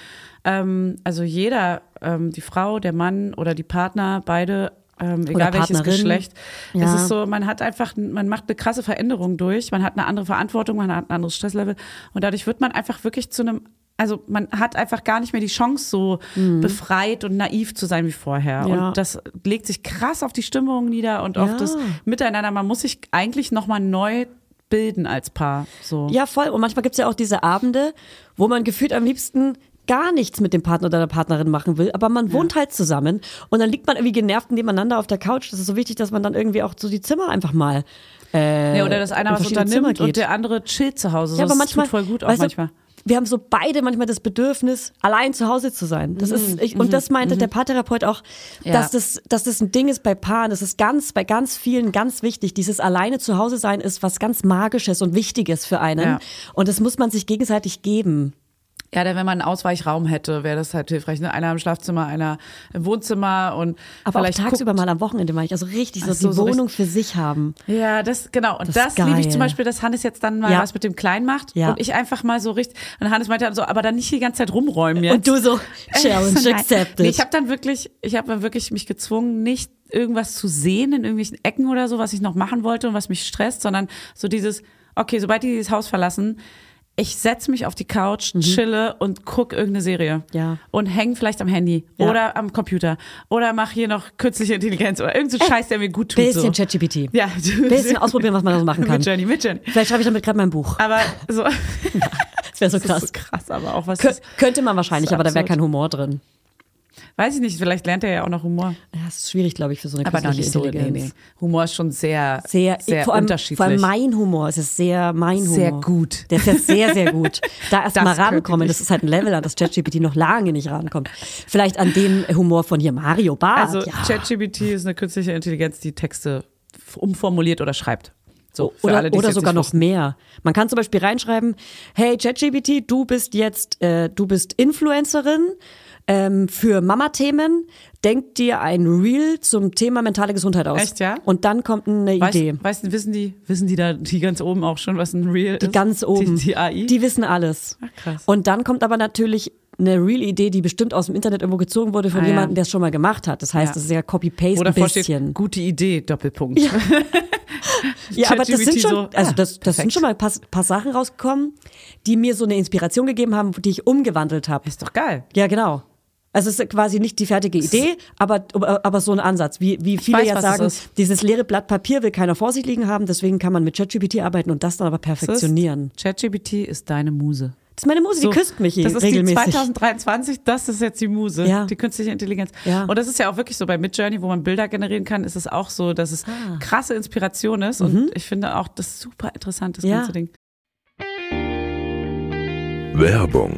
S2: Ähm, also jeder, ähm, die Frau, der Mann oder die Partner, beide, ähm, egal welches
S1: Partnerin.
S2: Geschlecht.
S1: Ja.
S2: Es ist so, man hat einfach, man macht eine krasse Veränderung durch. Man hat eine andere Verantwortung, man hat ein anderes Stresslevel. Und dadurch wird man einfach wirklich zu einem also man hat einfach gar nicht mehr die Chance, so befreit und naiv zu sein wie vorher.
S1: Mhm. Ja.
S2: Und das legt sich krass auf die Stimmung nieder und auf
S1: Ja.
S2: das Miteinander. Man muss sich eigentlich nochmal neu bilden als Paar. So.
S1: Ja, voll. Und manchmal gibt's ja auch diese Abende, wo man gefühlt am liebsten gar nichts mit dem Partner oder der Partnerin machen will, aber man wohnt halt zusammen und dann liegt man irgendwie genervt nebeneinander auf der Couch. Das ist so wichtig, dass man dann irgendwie auch so die Zimmer einfach mal. Äh,
S2: Ja, oder dass einer
S1: in
S2: was
S1: verschiedene
S2: unternimmt
S1: Zimmer
S2: und
S1: geht.
S2: der andere chillt zu Hause.
S1: ja,
S2: so,
S1: aber
S2: das
S1: manchmal
S2: tut voll gut auch
S1: weißt du,
S2: manchmal.
S1: wir haben so beide manchmal das Bedürfnis, allein zu Hause zu sein. Das ist, ich, und das meinte der Paartherapeut auch,
S2: Mhm. Ja.
S1: dass, das, dass das ein Ding ist bei Paaren. Das ist ganz, bei ganz vielen ganz wichtig. Dieses alleine zu Hause sein ist was ganz Magisches und Wichtiges für einen.
S2: Ja.
S1: Und das muss man sich gegenseitig geben.
S2: Ja, denn wenn man einen Ausweichraum hätte, wäre das halt hilfreich. Ne? Einer im Schlafzimmer, einer im Wohnzimmer und
S1: Aber
S2: vielleicht
S1: auch tagsüber
S2: guckt-
S1: mal am Wochenende meine ich. Also richtig so,
S2: Ach so,
S1: die
S2: so
S1: Wohnung für sich haben.
S2: Ja, das genau. Und
S1: Das
S2: das,
S1: ist
S2: liebe ich
S1: geil.
S2: zum Beispiel, dass Hannes jetzt dann mal
S1: Ja.
S2: was mit dem Kleinen macht
S1: Ja.
S2: und ich einfach mal so richtig. Und Hannes meinte dann so, aber dann nicht die ganze Zeit rumräumen jetzt.
S1: Und du so,
S2: Äh, So,
S1: challenge
S2: nein.
S1: accepted.
S2: Nee, ich habe dann wirklich, ich habe dann wirklich mich gezwungen, nicht irgendwas zu sehen in irgendwelchen Ecken oder so, was ich noch machen wollte und was mich stresst, sondern so dieses, okay, sobald die dieses Haus verlassen, ich setze mich auf die Couch, chille und guck irgendeine Serie.
S1: Mhm. Ja.
S2: Und häng vielleicht am Handy
S1: Ja.
S2: oder am Computer oder mach hier noch künstliche Intelligenz oder irgendeinen so Scheiß, der mir gut tut.
S1: Bisschen
S2: so.
S1: ChatGPT.
S2: Ja,
S1: Bisschen ausprobieren, was man da so machen kann.
S2: Mit Journey, mit Journey.
S1: Vielleicht schreibe ich damit gerade mein Buch.
S2: Aber so.
S1: Das wäre so
S2: Das
S1: krass.
S2: ist so krass, aber auch was.
S1: Kö
S2: das-
S1: könnte man wahrscheinlich,
S2: Das ist
S1: aber da wäre
S2: absurd.
S1: kein Humor drin.
S2: weiß ich nicht, vielleicht lernt er ja auch noch Humor.
S1: Ja, es ist schwierig, glaube ich, für so eine
S2: Aber noch
S1: künstliche
S2: nicht so. Nee,
S1: Intelligenz.
S2: nee. Humor ist schon sehr,
S1: Sehr,
S2: sehr
S1: vor allem,
S2: unterschiedlich.
S1: Vor allem mein Humor, es ist sehr mein Humor.
S2: Sehr gut.
S1: Der ist ja sehr, sehr gut. Da erst
S2: Das
S1: mal
S2: könnte
S1: rankommen,
S2: ich.
S1: das ist halt ein Level, an das ChatGPT noch lange nicht rankommt. Vielleicht an den Humor von hier Mario Barth.
S2: also
S1: ja.
S2: ChatGPT ist eine künstliche Intelligenz, die Texte f- umformuliert oder schreibt. So, für
S1: oder
S2: alle, die es
S1: oder
S2: jetzt
S1: sogar
S2: nicht
S1: noch
S2: wussten.
S1: mehr. Man kann zum Beispiel reinschreiben, hey ChatGPT, du bist jetzt, äh, du bist Influencerin ähm, für Mama-Themen, denk dir ein Reel zum Thema mentale Gesundheit aus.
S2: Echt, ja?
S1: Und dann kommt eine
S2: Weißt,
S1: Idee.
S2: weißt, wissen die, wissen die da, die ganz oben auch schon, was ein Real ist?
S1: Die ganz oben.
S2: Die, die AI?
S1: Die wissen alles.
S2: Ach, krass.
S1: Und dann kommt aber natürlich eine real Idee, die bestimmt aus dem Internet irgendwo gezogen wurde von
S2: Ah, ja.
S1: jemandem, der es schon mal gemacht hat. Das heißt,
S2: Ja.
S1: das ist ja Copy-Paste
S2: Wo
S1: ein
S2: davor steht,
S1: bisschen.
S2: gute Idee, Doppelpunkt. Ja,
S1: Ja, aber das sind
S2: ChatGPT
S1: schon,
S2: so,
S1: also das,
S2: ah,
S1: das sind
S2: perfekt.
S1: schon mal ein paar, paar Sachen rausgekommen, die mir so eine Inspiration gegeben haben, die ich umgewandelt habe.
S2: ist doch geil.
S1: Ja, genau. Also es ist quasi nicht die fertige Idee, aber, aber aber so ein Ansatz. Wie, wie viele
S2: weiß,
S1: ja
S2: was es
S1: sagen,
S2: ist.
S1: dieses leere Blatt Papier will keiner vor sich liegen haben, deswegen kann man mit ChatGPT arbeiten und das dann aber
S2: Das ist-
S1: perfektionieren.
S2: ChatGPT ist deine Muse.
S1: Das ist meine Muse, die
S2: So,
S1: küsst mich
S2: Das ist
S1: regelmäßig.
S2: die 2023, das ist jetzt die Muse,
S1: Ja.
S2: die künstliche Intelligenz.
S1: Ja.
S2: Und das ist ja auch wirklich so bei Midjourney, wo man Bilder generieren kann, ist es auch so, dass es
S1: Ah.
S2: krasse Inspiration ist. Und ich finde auch das ist super interessant, das
S1: Mhm. Ja.
S2: ganze Ding.
S3: Werbung,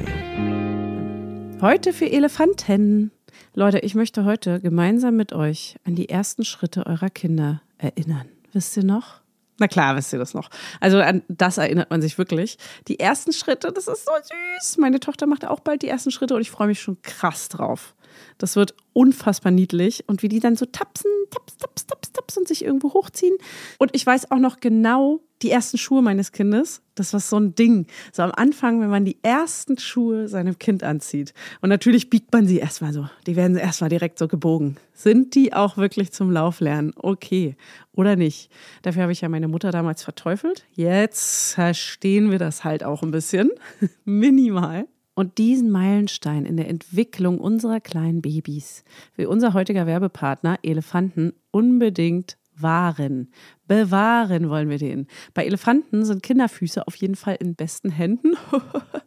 S4: Heute für Elefanten. Leute, ich möchte heute gemeinsam mit euch an die ersten Schritte eurer Kinder erinnern. Wisst ihr noch? Na klar, wisst ihr das noch. Also an das erinnert man sich wirklich. Die ersten Schritte, das ist so süß. Meine Tochter macht auch bald die ersten Schritte und ich freue mich schon krass drauf. Das wird unfassbar niedlich und wie die dann so tapsen, taps, taps, taps, taps und sich irgendwo hochziehen. Und ich weiß auch noch genau die ersten Schuhe meines Kindes. Das war so ein Ding. So am Anfang, wenn man die ersten Schuhe seinem Kind anzieht. Und natürlich biegt man sie erstmal so. Die werden erstmal direkt so gebogen. Sind die auch wirklich zum Lauf lernen? Okay. Oder nicht? Dafür habe ich ja meine Mutter damals verteufelt. Jetzt verstehen wir das halt auch ein bisschen. Minimal. Und diesen Meilenstein in der Entwicklung unserer kleinen Babys will unser heutiger Werbepartner Elefanten unbedingt wahren. Bewahren wollen wir den. Bei Elefanten sind Kinderfüße auf jeden Fall in besten Händen.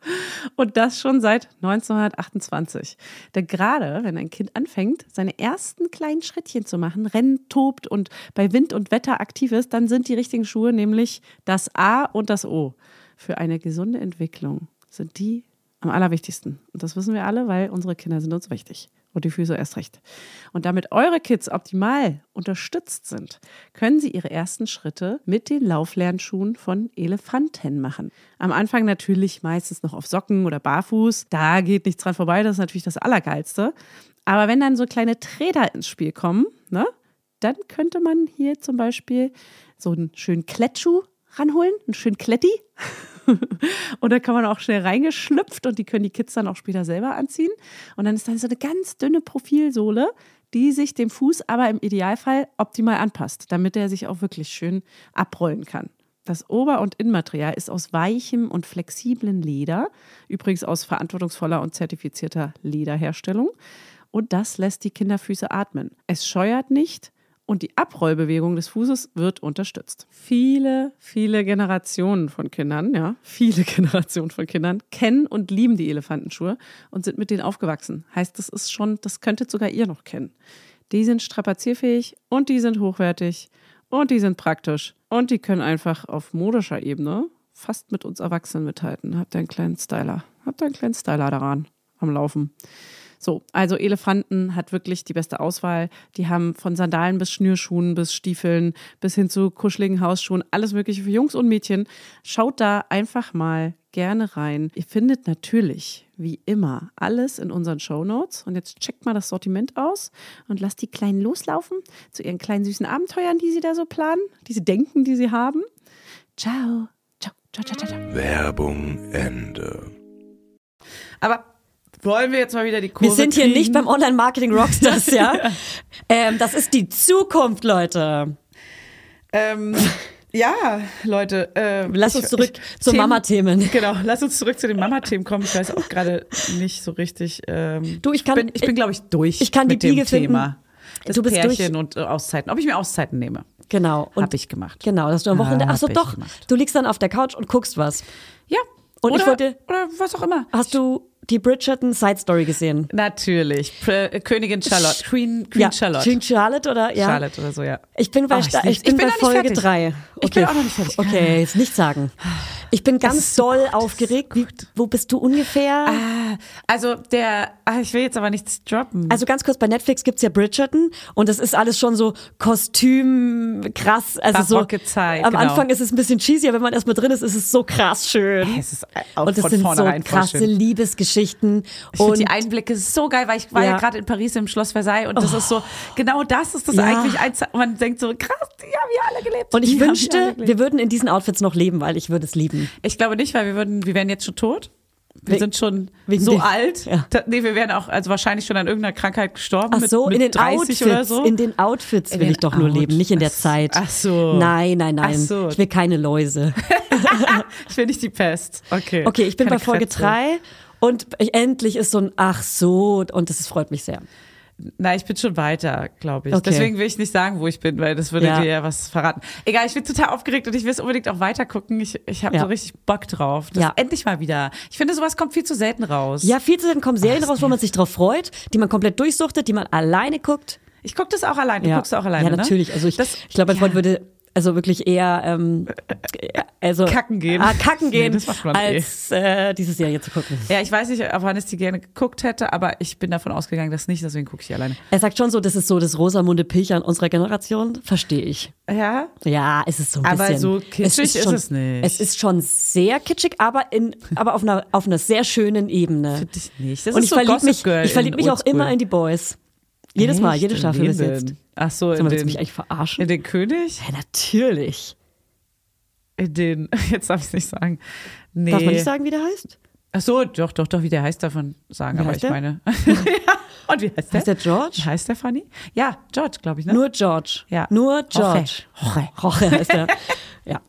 S4: Und das schon seit 1928. Denn gerade wenn ein Kind anfängt, seine ersten kleinen Schrittchen zu machen, rennt, tobt und bei Wind und Wetter aktiv ist, dann sind die richtigen Schuhe nämlich das A und das O. Für eine gesunde Entwicklung sind die Am allerwichtigsten. Und das wissen wir alle, weil unsere Kinder sind uns wichtig. Und die Füße erst recht. Und damit eure Kids optimal unterstützt sind, können sie ihre ersten Schritte mit den Lauflernschuhen von Elefanten machen. Am Anfang natürlich meistens noch auf Socken oder barfuß. Da geht nichts dran vorbei. Das ist natürlich das Allergeilste. Aber wenn dann so kleine Träder ins Spiel kommen, ne, dann könnte man hier zum Beispiel so einen schönen Klettschuh ranholen, einen schönen Kletti. und da kann man auch schnell reingeschlüpft und die können die Kids dann auch später selber anziehen. Und dann ist dann so eine ganz dünne Profilsohle, die sich dem Fuß aber im Idealfall optimal anpasst, damit er sich auch wirklich schön abrollen kann. Das Ober- und Innenmaterial ist aus weichem und flexiblen Leder, übrigens aus verantwortungsvoller und zertifizierter Lederherstellung und das lässt die Kinderfüße atmen. Es scheuert nicht und die Abrollbewegung des Fußes wird unterstützt. Viele, viele Generationen von Kindern, ja, viele Generationen von Kindern kennen und lieben die Elefantenschuhe und sind mit denen aufgewachsen. Heißt, das ist schon, das könntet sogar ihr noch kennen. Die sind strapazierfähig und die sind hochwertig und die sind praktisch und die können einfach auf modischer Ebene fast mit uns Erwachsenen mithalten. Habt ihr einen kleinen Styler? Habt ihr einen kleinen Styler daran am Laufen? So, also Elefanten hat wirklich die beste Auswahl. Die haben von Sandalen bis Schnürschuhen bis Stiefeln bis hin zu kuscheligen Hausschuhen, alles Mögliche für Jungs und Mädchen. Schaut da einfach mal gerne rein. Ihr findet natürlich, wie immer, alles in unseren Shownotes. Und jetzt checkt mal das Sortiment aus und lasst die Kleinen loslaufen zu ihren kleinen süßen Abenteuern, die sie da so planen, diese Denken, die sie haben. Ciao. Ciao, ciao, ciao, ciao. ciao.
S3: Werbung, Ende.
S2: Aber wollen wir jetzt mal wieder die Kurve
S1: Wir sind hier
S2: kriegen?
S1: nicht beim Online-Marketing-Rockstars, ja? ähm, das ist die Zukunft, Leute.
S2: Ähm, ja, Leute. ähm,
S1: Lass
S2: ich-
S1: uns zurück
S2: ich-
S1: zu
S2: Themen-
S1: Mama-Themen.
S2: Genau, lass uns zurück zu den Mama-Themen kommen. Ich weiß auch gerade nicht so richtig. Ähm,
S1: Du, ich kann-
S2: bin, ich bin, glaube ich, durch.
S1: ich kann die
S2: mit dem
S1: Biege finden.
S2: Thema. Das
S1: Du bist durch.
S2: Pärchen und äh, Auszeiten. Ob ich mir Auszeiten nehme?
S1: Genau.
S2: Hab ich gemacht.
S1: Genau, dass du am Wochenende. Ach so,
S2: Hab ich
S1: doch.
S2: gemacht.
S1: Du liegst dann auf der Couch und guckst was.
S2: Ja.
S1: Und ich
S2: oder,
S1: wollte-
S2: Oder was auch immer.
S1: Hast du die Bridgerton Side Story gesehen?
S2: Natürlich. Pr- äh, Königin Charlotte. Queen, Queen
S1: ja,
S2: Charlotte.
S1: Queen Charlotte oder ja?
S2: Charlotte oder so, ja.
S1: Ich bin bei,
S2: Oh, ich
S1: Sta-
S2: lieb's.
S1: ich bin
S2: Ich bin
S1: bei
S2: noch nicht
S1: Folge
S2: fertig.
S1: 3.
S2: Ich bin auch noch nicht fertig.
S1: Okay, jetzt nicht sagen. Ich bin ganz
S2: ist so
S1: doll
S2: gut, das ist
S1: aufgeregt.
S2: so
S1: Wie, wo bist du ungefähr?
S2: Ah, Also der, ah, ich will jetzt aber nichts droppen.
S1: Also ganz kurz, bei Netflix gibt's ja Bridgerton und das ist alles schon so Kostüm, krass. Also
S2: Barocke
S1: so,
S2: Zeit,
S1: am
S2: genau.
S1: Anfang ist es ein bisschen cheesy, aber wenn man erstmal drin ist, ist es so krass schön.
S2: Es ist äh,
S1: Also,
S2: auch
S1: und das
S2: von
S1: sind so
S2: vornherein voll
S1: krasse
S2: schön.
S1: Liebesgeschichten.
S2: Ich finde
S1: Und
S2: die Einblicke so geil, weil ich war ja,
S1: Ja. Oh.
S2: gerade in Paris im Schloss Versailles und das ist so, genau das ist das
S1: Ja.
S2: eigentlich. Ein, und man denkt so, krass, die haben wir alle gelebt.
S1: und ich
S2: Die haben wir alle
S1: wünschte,
S2: gelebt.
S1: wir würden in diesen Outfits noch leben, weil ich würde es lieben.
S2: ich glaube nicht, weil wir würden, wir wären jetzt schon tot. Wir
S1: Wegen-
S2: sind schon
S1: wegen
S2: so
S1: dem-
S2: alt.
S1: Ja.
S2: Da, nee, wir wären auch, also wahrscheinlich schon an irgendeiner Krankheit gestorben.
S1: Ach
S2: mit,
S1: so,
S2: mit
S1: in den
S2: 30
S1: Outfits,
S2: oder so.
S1: in den Outfits will
S2: den
S1: ich doch nur leben, nicht in der
S2: Outfits.
S1: Zeit.
S2: Ach so.
S1: Nein, nein, nein.
S2: Ach so.
S1: Ich will keine Läuse.
S2: ich will nicht die Pest. Okay.
S1: Okay, ich bin
S2: Keine
S1: bei Folge
S2: Krätze.
S1: 3 und ich, endlich ist so ein Ach so und das freut mich sehr.
S2: Nein, ich bin schon weiter, glaube ich.
S1: Okay.
S2: Deswegen will ich nicht sagen, wo ich bin, weil das würde
S1: Ja.
S2: dir ja was verraten. Egal, ich bin total aufgeregt und ich will es unbedingt auch weiter gucken. Ich, ich habe
S1: Ja.
S2: so richtig Bock drauf. Das
S1: Ja.
S2: Endlich mal wieder. Ich finde, sowas kommt viel zu selten raus.
S1: Ja, viel zu selten kommen Serien raus, wo man sich drauf freut, die man komplett durchsuchtet, die man alleine guckt.
S2: Ich gucke das auch alleine. Du
S1: ja.
S2: guckst auch alleine.
S1: Ja, natürlich.
S2: Ne?
S1: Also ich,
S2: Das-
S1: ich glaube, mein
S2: ja.
S1: Freund würde also wirklich eher ähm, äh, also
S2: Kacken gehen.
S1: Ah, kacken
S2: Nee,
S1: gehen,
S2: das macht man eh.
S1: als äh, diese Serie zu gucken.
S2: Ja, ich weiß nicht, ob Hannes die gerne geguckt hätte, aber ich bin davon ausgegangen, dass nicht, deswegen gucke ich die alleine.
S1: Er sagt schon so, das ist so das Rosamunde Pilcher in unserer Generation. Verstehe ich.
S2: Ja,
S1: Ja, es ist so ein
S2: Aber
S1: bisschen.
S2: so kitschig ist
S1: schon,
S2: es nicht.
S1: Es ist schon sehr kitschig, aber, in, aber auf, einer, auf einer sehr schönen Ebene.
S2: Finde ich nicht. Das
S1: Und
S2: ist
S1: ich
S2: so
S1: verlieb
S2: Gossip
S1: mich,
S2: Girl
S1: ich verlieb
S2: in
S1: mich auch
S2: Oldschool.
S1: immer in die Boys. Jedes Mal,
S2: Echt?
S1: jede
S2: In
S1: Staffel
S2: wen
S1: bis
S2: denn?
S1: jetzt.
S2: Ach so,
S1: Soll
S2: in
S1: man jetzt
S2: den,
S1: mich eigentlich verarschen?
S2: in den König?
S1: Ja, natürlich.
S2: In den, jetzt darf ich es nicht sagen. Nee.
S1: Darf man nicht sagen, wie der heißt?
S2: Ach so, doch, doch, doch, wie der heißt davon sagen,
S1: Wie
S2: aber
S1: heißt
S2: ich
S1: der?
S2: meine. ja. Und wie heißt der?
S1: Heißt der George?
S2: Wie heißt der Fanny? Ja, George, glaube ich, ne?
S1: Nur George.
S2: Ja.
S1: Nur George.
S2: Jorge.
S1: Roche heißt er. ja.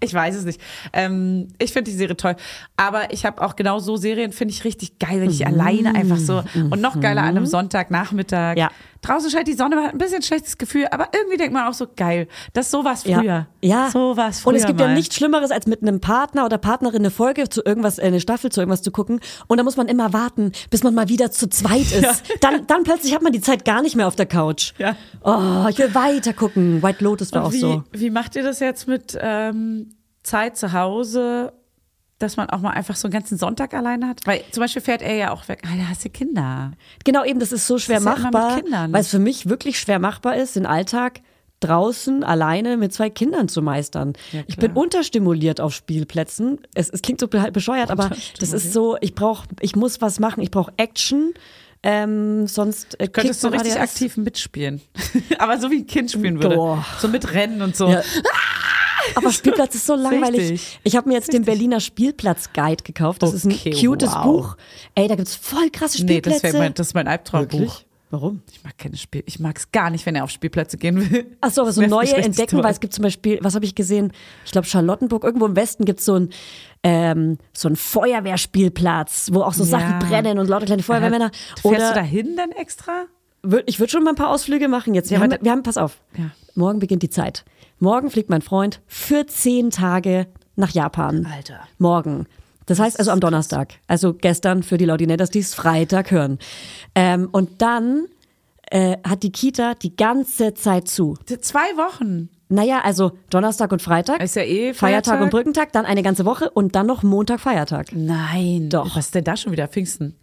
S2: Ich weiß es nicht. Ähm, ich finde die Serie toll. Aber ich habe auch genau so Serien, finde ich richtig geil, wenn ich
S1: Mm.
S2: alleine einfach so. Und noch geiler an einem Sonntagnachmittag.
S1: Mm-hmm. Ja.
S2: Draußen scheint die Sonne, man hat ein bisschen schlechtes Gefühl, aber irgendwie denkt man auch so geil. Das so was früher.
S1: Ja. ja.
S2: So was früher.
S1: Und es gibt
S2: mal.
S1: ja nichts Schlimmeres, als mit einem Partner oder Partnerin eine Folge zu irgendwas, äh, eine Staffel zu irgendwas zu gucken. Und da muss man immer warten, bis man mal wieder zu zweit ist. Dann, dann plötzlich hat man die Zeit gar nicht mehr auf der Couch.
S2: Ja.
S1: Oh, ich will weiter gucken. White Lotus war
S2: Und
S1: auch
S2: wie,
S1: so.
S2: wie macht ihr das jetzt mit ähm, Zeit zu Hause? dass man auch mal einfach so einen ganzen Sonntag alleine hat? Weil zum Beispiel fährt er ja auch weg. Alter, hast du Kinder?
S1: Genau, eben, das ist so schwer
S2: ist ja immer mit
S1: machbar,
S2: Kindern.
S1: weil es für mich wirklich schwer machbar ist, den Alltag draußen alleine mit zwei Kindern zu meistern. ich bin unterstimuliert auf Spielplätzen. Es, es klingt so be- bescheuert, aber das ist so, ich brauche, ich muss was machen, ich brauche Action. Ähm, sonst äh,
S2: Könntest
S1: kriegt
S2: du
S1: man
S2: richtig
S1: ADHS.
S2: aktiv mitspielen. Aber so wie ein Kind spielen würde.
S1: Boah.
S2: So mitrennen und so.
S1: Ja. Aber Spielplatz ist so langweilig.
S2: Richtig.
S1: Ich habe mir jetzt den Berliner Spielplatz-Guide gekauft. Das
S2: Okay,
S1: ist ein cutes
S2: wow.
S1: Buch. Ey, da gibt's voll krasse
S2: Nee, das,
S1: Spielplätze.
S2: wär mein, das ist mein Albtraumbuch.
S1: Wirklich? Warum?
S2: Ich mag keine Spiel. Ich mag es gar nicht, wenn er auf Spielplätze gehen will.
S1: Ach so, aber so
S2: Nervt mich
S1: neue
S2: richtig
S1: entdecken,
S2: doll.
S1: weil es gibt zum Beispiel, was habe ich gesehen? Ich glaube Charlottenburg, irgendwo im Westen gibt's so ein ähm, so ein Feuerwehrspielplatz, wo auch so Sachen brennen und lauter kleine Feuerwehrmänner.
S2: Fährst du
S1: Oder
S2: dahin dann extra?
S1: wür- ich würde schon mal ein paar Ausflüge machen jetzt. Wir,
S2: Ja,
S1: haben,
S2: aber da-
S1: wir haben, pass auf,
S2: Ja.
S1: morgen beginnt die Zeit. Morgen fliegt mein Freund für zehn Tage nach Japan.
S2: Alter.
S1: Morgen. Das heißt also am Donnerstag. Also gestern für die Laudinators, die es Freitag hören. Ähm, und dann äh, hat die Kita die ganze Zeit zu.
S2: Zwei Wochen.
S1: Naja, also Donnerstag und Freitag.
S2: Ist ja eh
S1: Feiertag
S2: Feiertag.
S1: und Brückentag, dann eine ganze Woche und dann noch Montag, Feiertag.
S2: Nein.
S1: Doch.
S2: Was ist denn da schon wieder? Pfingsten.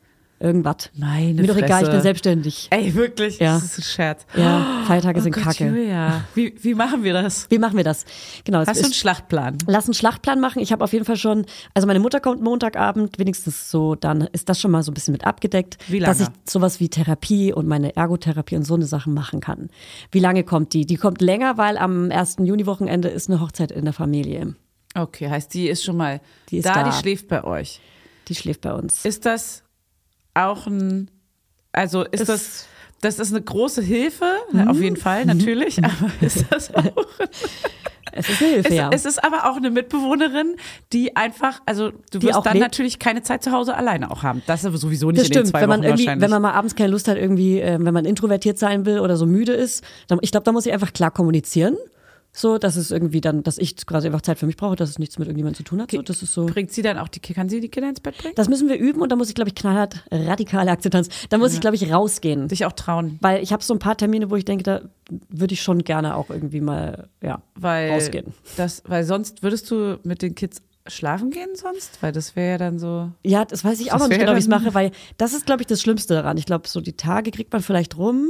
S1: Irgendwas.
S2: Meine
S1: Mir doch egal, ich
S2: Fresse.
S1: bin selbstständig.
S2: Ey, wirklich?
S1: Ja.
S2: Das ist ein Scherz.
S1: Ja, Feiertage
S2: oh
S1: sind
S2: Gott,
S1: kacke.
S2: Julia. Wie, wie machen wir das?
S1: Wie machen wir das? Genau, es
S2: Hast du einen
S1: ist-
S2: Schlachtplan?
S1: Lass einen Schlachtplan machen. Ich habe auf jeden Fall schon, also meine Mutter kommt Montagabend, wenigstens so, dann ist das schon mal so ein bisschen mit abgedeckt,
S2: Wie
S1: dass ich
S2: lange?
S1: sowas wie Therapie und meine Ergotherapie und so eine Sachen machen kann. Wie lange kommt die? Die kommt länger, weil am 1. Juni-Wochenende ist eine Hochzeit in der Familie.
S2: Okay, heißt, die ist schon mal
S1: Die ist
S2: da,
S1: da.
S2: die schläft bei euch.
S1: Die schläft bei uns.
S2: Ist das auch ein, also ist
S1: Ist-
S2: das, das ist eine große Hilfe, na, auf jeden
S1: Mhm.
S2: Fall, natürlich, aber ist das auch,
S1: Es ist eine Hilfe,
S2: es,
S1: ja.
S2: es ist aber auch eine Mitbewohnerin, die einfach, also du
S1: Die
S2: wirst
S1: auch
S2: dann
S1: lebt.
S2: natürlich keine Zeit zu Hause alleine auch haben. Das ist aber sowieso nicht
S1: Das
S2: in den
S1: stimmt,
S2: zwei
S1: wenn man,
S2: Wochen
S1: irgendwie,
S2: wahrscheinlich.
S1: wenn man mal abends keine Lust hat, irgendwie, ähm, wenn man introvertiert sein will oder so müde ist, dann, ich glaube, da muss ich einfach klar kommunizieren. So, dass es irgendwie dann, dass ich quasi einfach Zeit für mich brauche, dass es nichts mit irgendjemandem zu tun hat. So, das ist so.
S2: Bringt sie dann auch die, kann sie die Kinder ins Bett bringen?
S1: Das müssen wir üben und da muss ich, glaube ich, knallhart radikale Akzeptanz. Da muss ich, glaube ich, rausgehen.
S2: Dich auch trauen,
S1: Weil ich habe so ein paar Termine, wo ich denke, da würde ich schon gerne auch irgendwie mal ja,
S2: weil,
S1: rausgehen.
S2: Das, weil sonst würdest du mit den Kids schlafen gehen sonst? Weil das wäre ja dann so...
S1: Ja, das weiß ich auch
S2: Das
S1: noch nicht
S2: wäre
S1: genau, wie ich es
S2: dann-
S1: mache, weil das ist, glaube ich, das Schlimmste daran. Ich glaube, so die Tage kriegt man vielleicht rum,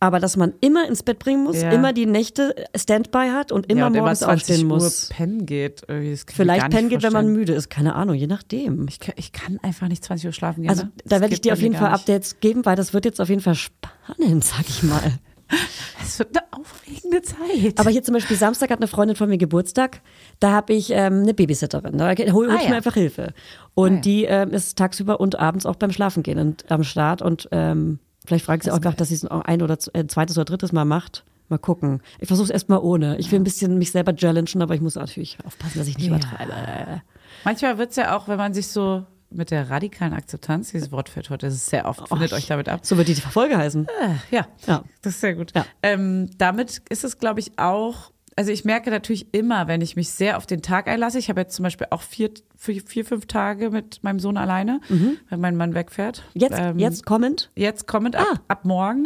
S1: aber dass man immer ins Bett bringen muss,
S2: Ja.
S1: immer die Nächte äh, Standby hat und immer
S2: ja, und
S1: morgens
S2: immer 20
S1: aufstehen
S2: Uhr
S1: muss.
S2: pennen geht. Irgendwie, das kann ich mir
S1: Vielleicht
S2: gar nicht
S1: pennen geht, wenn man
S2: vorstellen.
S1: müde ist. Keine Ahnung, je nachdem.
S2: Ich kann, ich kann einfach nicht 20 Uhr schlafen gehen.
S1: Also
S2: ne?
S1: da
S2: Das
S1: werde ich
S2: geht
S1: dir
S2: bei
S1: auf
S2: mir
S1: jeden
S2: gar
S1: Fall
S2: nicht.
S1: Updates geben, weil das wird jetzt auf jeden Fall spannend, sag ich mal.
S2: Es wird eine aufregende Zeit.
S1: Aber hier zum Beispiel Samstag hat eine Freundin von mir Geburtstag. Da habe ich ähm, eine Babysitterin. Da hol, hol
S2: Ah,
S1: ich
S2: ja.
S1: mir einfach Hilfe. Und
S2: Ah, ja.
S1: die ähm, ist tagsüber und abends auch beim Schlafen gehen und am Start. Und ähm, vielleicht frage ich sie auch einfach, dass sie es noch ein oder z- äh, zweites oder drittes Mal macht. Mal gucken. Ich versuche es erstmal ohne. Ich will ein bisschen mich selber challengen, aber ich muss natürlich aufpassen, dass ich nicht übertreibe.
S2: Manchmal wird es ja auch, wenn man sich so mit der radikalen Akzeptanz, dieses Wort fällt heute, das ist sehr
S1: Oh,
S2: oft, findet euch damit ab.
S1: So wird die Folge heißen.
S2: Ah, ja.
S1: Ja.
S2: das ist sehr gut.
S1: Ja.
S2: Ähm, damit ist es, glaube ich, auch, also ich merke natürlich immer, wenn ich mich sehr auf den Tag einlasse, ich habe jetzt zum Beispiel auch vier, vier, vier fünf Tage mit meinem Sohn alleine, wenn mein Mann wegfährt.
S1: Mhm. Jetzt,
S2: Ähm,
S1: jetzt kommend.
S2: Jetzt kommend ab,
S1: Ah.
S2: ab morgen.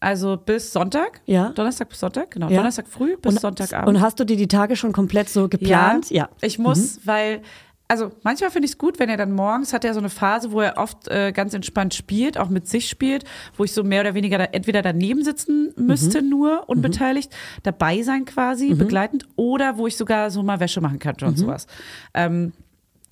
S2: Also bis Sonntag.
S1: Ja.
S2: Donnerstag bis Sonntag, genau.
S1: Ja.
S2: Donnerstag früh bis
S1: und,
S2: Sonntagabend.
S1: Und hast du dir die Tage schon komplett so geplant? Ja. Mhm.
S2: Ich muss, weil. Also manchmal finde ich es gut, wenn er dann morgens hat er so eine Phase, wo er oft äh, ganz entspannt spielt, auch mit sich spielt, wo ich so mehr oder weniger da, entweder daneben sitzen
S1: Mhm.
S2: müsste, nur unbeteiligt, dabei sein quasi, begleitend, oder wo ich sogar so mal Wäsche machen könnte und
S1: Mhm.
S2: sowas. Ähm,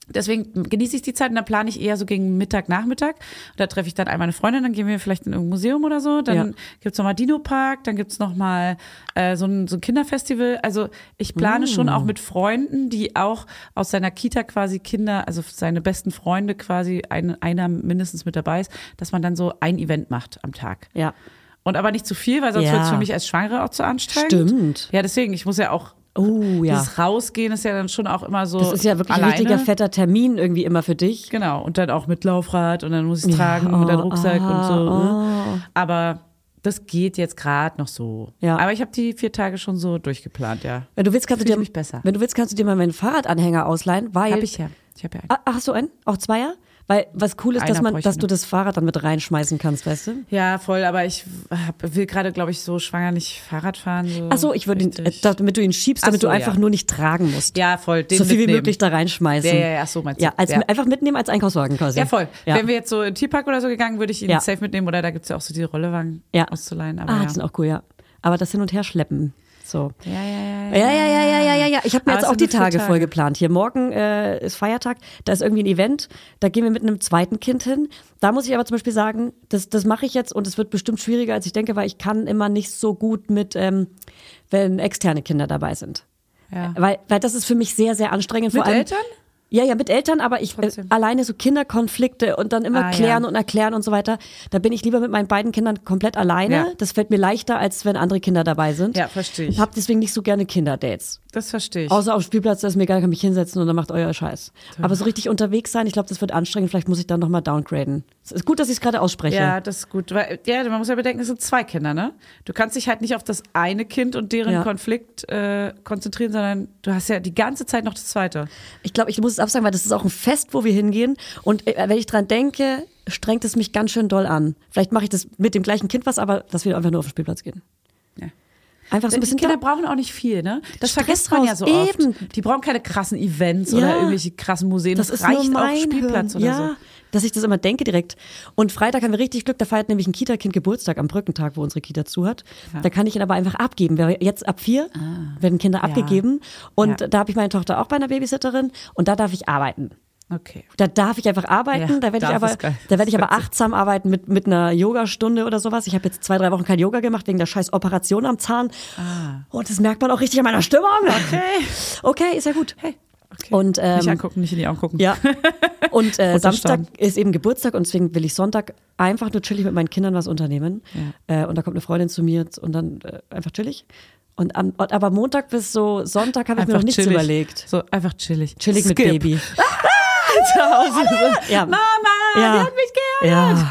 S2: Deswegen genieße ich die Zeit und dann plane ich eher so gegen Mittag, Nachmittag. Da treffe ich dann einmal eine Freundin, dann gehen wir vielleicht in irgendein Museum oder so. Dann
S1: Ja.
S2: gibt's gibt es nochmal Dino-Park, dann gibt es nochmal äh, so, ein, so ein Kinderfestival. Also ich plane
S1: Mm.
S2: schon auch mit Freunden, die auch aus seiner Kita quasi Kinder, also seine besten Freunde quasi, ein, einer mindestens mit dabei ist, dass man dann so ein Event macht am Tag.
S1: Ja.
S2: Und aber nicht zu viel, weil sonst
S1: Ja.
S2: wird's für mich als Schwangere auch zu anstrengend.
S1: Stimmt.
S2: Ja, deswegen, ich muss ja auch.
S1: Oh, ja.
S2: Dieses Rausgehen ist ja dann schon auch immer so.
S1: Das ist ja wirklich
S2: alleine.
S1: ein richtiger fetter Termin irgendwie immer für dich.
S2: Genau, und dann auch mit Laufrad und dann muss ich es tragen und dann Rucksack und so.
S1: Ah,
S2: ne? Aber das geht jetzt gerade noch so.
S1: Ja.
S2: Aber ich habe die vier Tage schon so durchgeplant, ja.
S1: Wenn du willst, kannst du
S2: Fühl
S1: dir
S2: ich mich besser.
S1: Wenn du willst, kannst du dir mal meinen Fahrradanhänger ausleihen, weil
S2: Habe ich ja. Ich habe ja einen.
S1: Ah, Ach, hast du einen? Auch zweier? Weil was cool ist, dass,
S2: Einer
S1: man,
S2: bräuchte
S1: dass du
S2: noch.
S1: das Fahrrad dann mit reinschmeißen kannst, weißt du?
S2: Ja, voll, aber ich hab, will gerade, glaube ich, so schwanger nicht Fahrrad fahren. So
S1: Ach so, ich würde, ihn-
S2: richtig.
S1: äh, damit du ihn schiebst,
S2: Ach
S1: damit
S2: so,
S1: du einfach
S2: ja.
S1: nur nicht tragen musst.
S2: Ja, voll. Den
S1: so viel wie
S2: mitnehmen.
S1: möglich da reinschmeißen.
S2: Ja, ja, ja, ach so meinst du.
S1: Ja, als,
S2: Ja.
S1: einfach mitnehmen als Einkaufswagen quasi.
S2: Ja, voll.
S1: Ja.
S2: Wenn wir jetzt so in den Tierpark oder so gegangen, würde ich ihn
S1: Ja.
S2: safe mitnehmen. Oder da gibt es ja auch so die Rollewagen
S1: Ja.
S2: auszuleihen. Aber
S1: ah,
S2: ja.
S1: die sind auch cool, ja. Aber das hin und her schleppen. So.
S2: ja, ja, ja,
S1: Ja, ja, ja, ja, ja, ja, ja. Ich habe mir
S2: Aber
S1: jetzt
S2: es
S1: auch
S2: sind
S1: die
S2: nur vier
S1: Tage
S2: Tage.
S1: voll geplant. Hier morgen äh, ist Feiertag, da ist irgendwie ein Event, da gehen wir mit einem zweiten Kind hin. Da muss ich aber zum Beispiel sagen, das, das mache ich jetzt und es wird bestimmt schwieriger, als ich denke, weil ich kann immer nicht so gut mit, ähm, wenn externe Kinder dabei sind.
S2: Ja.
S1: Weil, weil das ist für mich sehr, sehr anstrengend. vor
S2: Mit
S1: allem,
S2: Eltern?
S1: Ja, ja, mit Eltern, aber ich äh,
S2: Trotzdem.
S1: alleine so Kinderkonflikte und dann immer
S2: Ah,
S1: klären
S2: ja.
S1: und erklären und so weiter. Da bin ich lieber mit meinen beiden Kindern komplett alleine.
S2: Ja.
S1: Das fällt mir leichter, als wenn andere Kinder dabei sind.
S2: Ja, verstehe ich.
S1: Ich habe deswegen nicht so gerne Kinderdates.
S2: Das verstehe ich.
S1: Außer auf dem Spielplatz, da ist mir egal, kann mich hinsetzen und dann macht euer Scheiß. Aber so richtig unterwegs sein, ich glaube, das wird anstrengend. Vielleicht muss ich dann nochmal downgraden. Es ist gut, dass ich es gerade ausspreche.
S2: ja, das ist gut. Weil, ja, man muss ja bedenken, es sind zwei Kinder, ne? Du kannst dich halt nicht auf das eine Kind und deren
S1: Ja.
S2: Konflikt äh, konzentrieren, sondern du hast ja die ganze Zeit noch das zweite.
S1: Ich glaube, ich muss es absagen, weil das ist auch ein Fest, wo wir hingehen. Und äh, wenn ich dran denke, strengt es mich ganz schön doll an. Vielleicht mache ich das mit dem gleichen Kind was, aber dass wir einfach nur auf den Spielplatz gehen.
S2: Ja. Äh,
S1: Einfach so ein bisschen
S2: die Kinder brauchen auch nicht viel, ne? Das
S1: Stress
S2: vergisst man ja
S1: raus,
S2: so
S1: eben.
S2: oft. Die brauchen keine krassen Events
S1: Ja.
S2: oder irgendwelche krassen Museen.
S1: Das
S2: Es
S1: ist
S2: reicht
S1: nur mein
S2: auf Spielplatz
S1: Hirn.
S2: oder
S1: ja,
S2: so.
S1: dass ich das immer denke direkt. Und Freitag haben wir richtig Glück, da feiert nämlich ein Kita-Kind Geburtstag am Brückentag, wo unsere Kita zu hat. Da kann ich ihn aber einfach abgeben. Wir- Jetzt ab vier werden Kinder abgegeben und
S2: Ah. Ja.
S1: da habe ich meine Tochter auch bei einer Babysitterin und da darf ich arbeiten.
S2: Okay.
S1: Da darf ich einfach arbeiten,
S2: Ja,
S1: da werde ich
S2: darf
S1: aber,
S2: ist geil.
S1: da werde ich aber achtsam arbeiten mit, mit einer Yogastunde oder sowas. Ich habe jetzt zwei, drei Wochen kein Yoga gemacht wegen der scheiß Operation am Zahn.
S2: Ah.
S1: Und das merkt man auch richtig an meiner Stimmung. Okay. Okay, ist ja gut. Hey.
S2: okay.
S1: Und, ähm,
S2: nicht angucken, nicht in die Augen gucken.
S1: ja. Und äh,
S2: Und dann
S1: Samstag
S2: starten.
S1: ist eben Geburtstag und deswegen will ich Sonntag einfach nur chillig mit meinen Kindern was unternehmen. Äh, und da kommt eine Freundin zu mir und dann äh, einfach chillig. Und am, und, aber Montag bis so Sonntag habe ich mir noch nichts
S2: chillig.
S1: überlegt.
S2: So einfach chillig.
S1: Chillig
S2: Skip.
S1: mit Baby.
S2: Zu Hause so,
S1: Ja.
S2: Mama,
S1: Ja.
S2: die hat mich gern.
S1: Ja.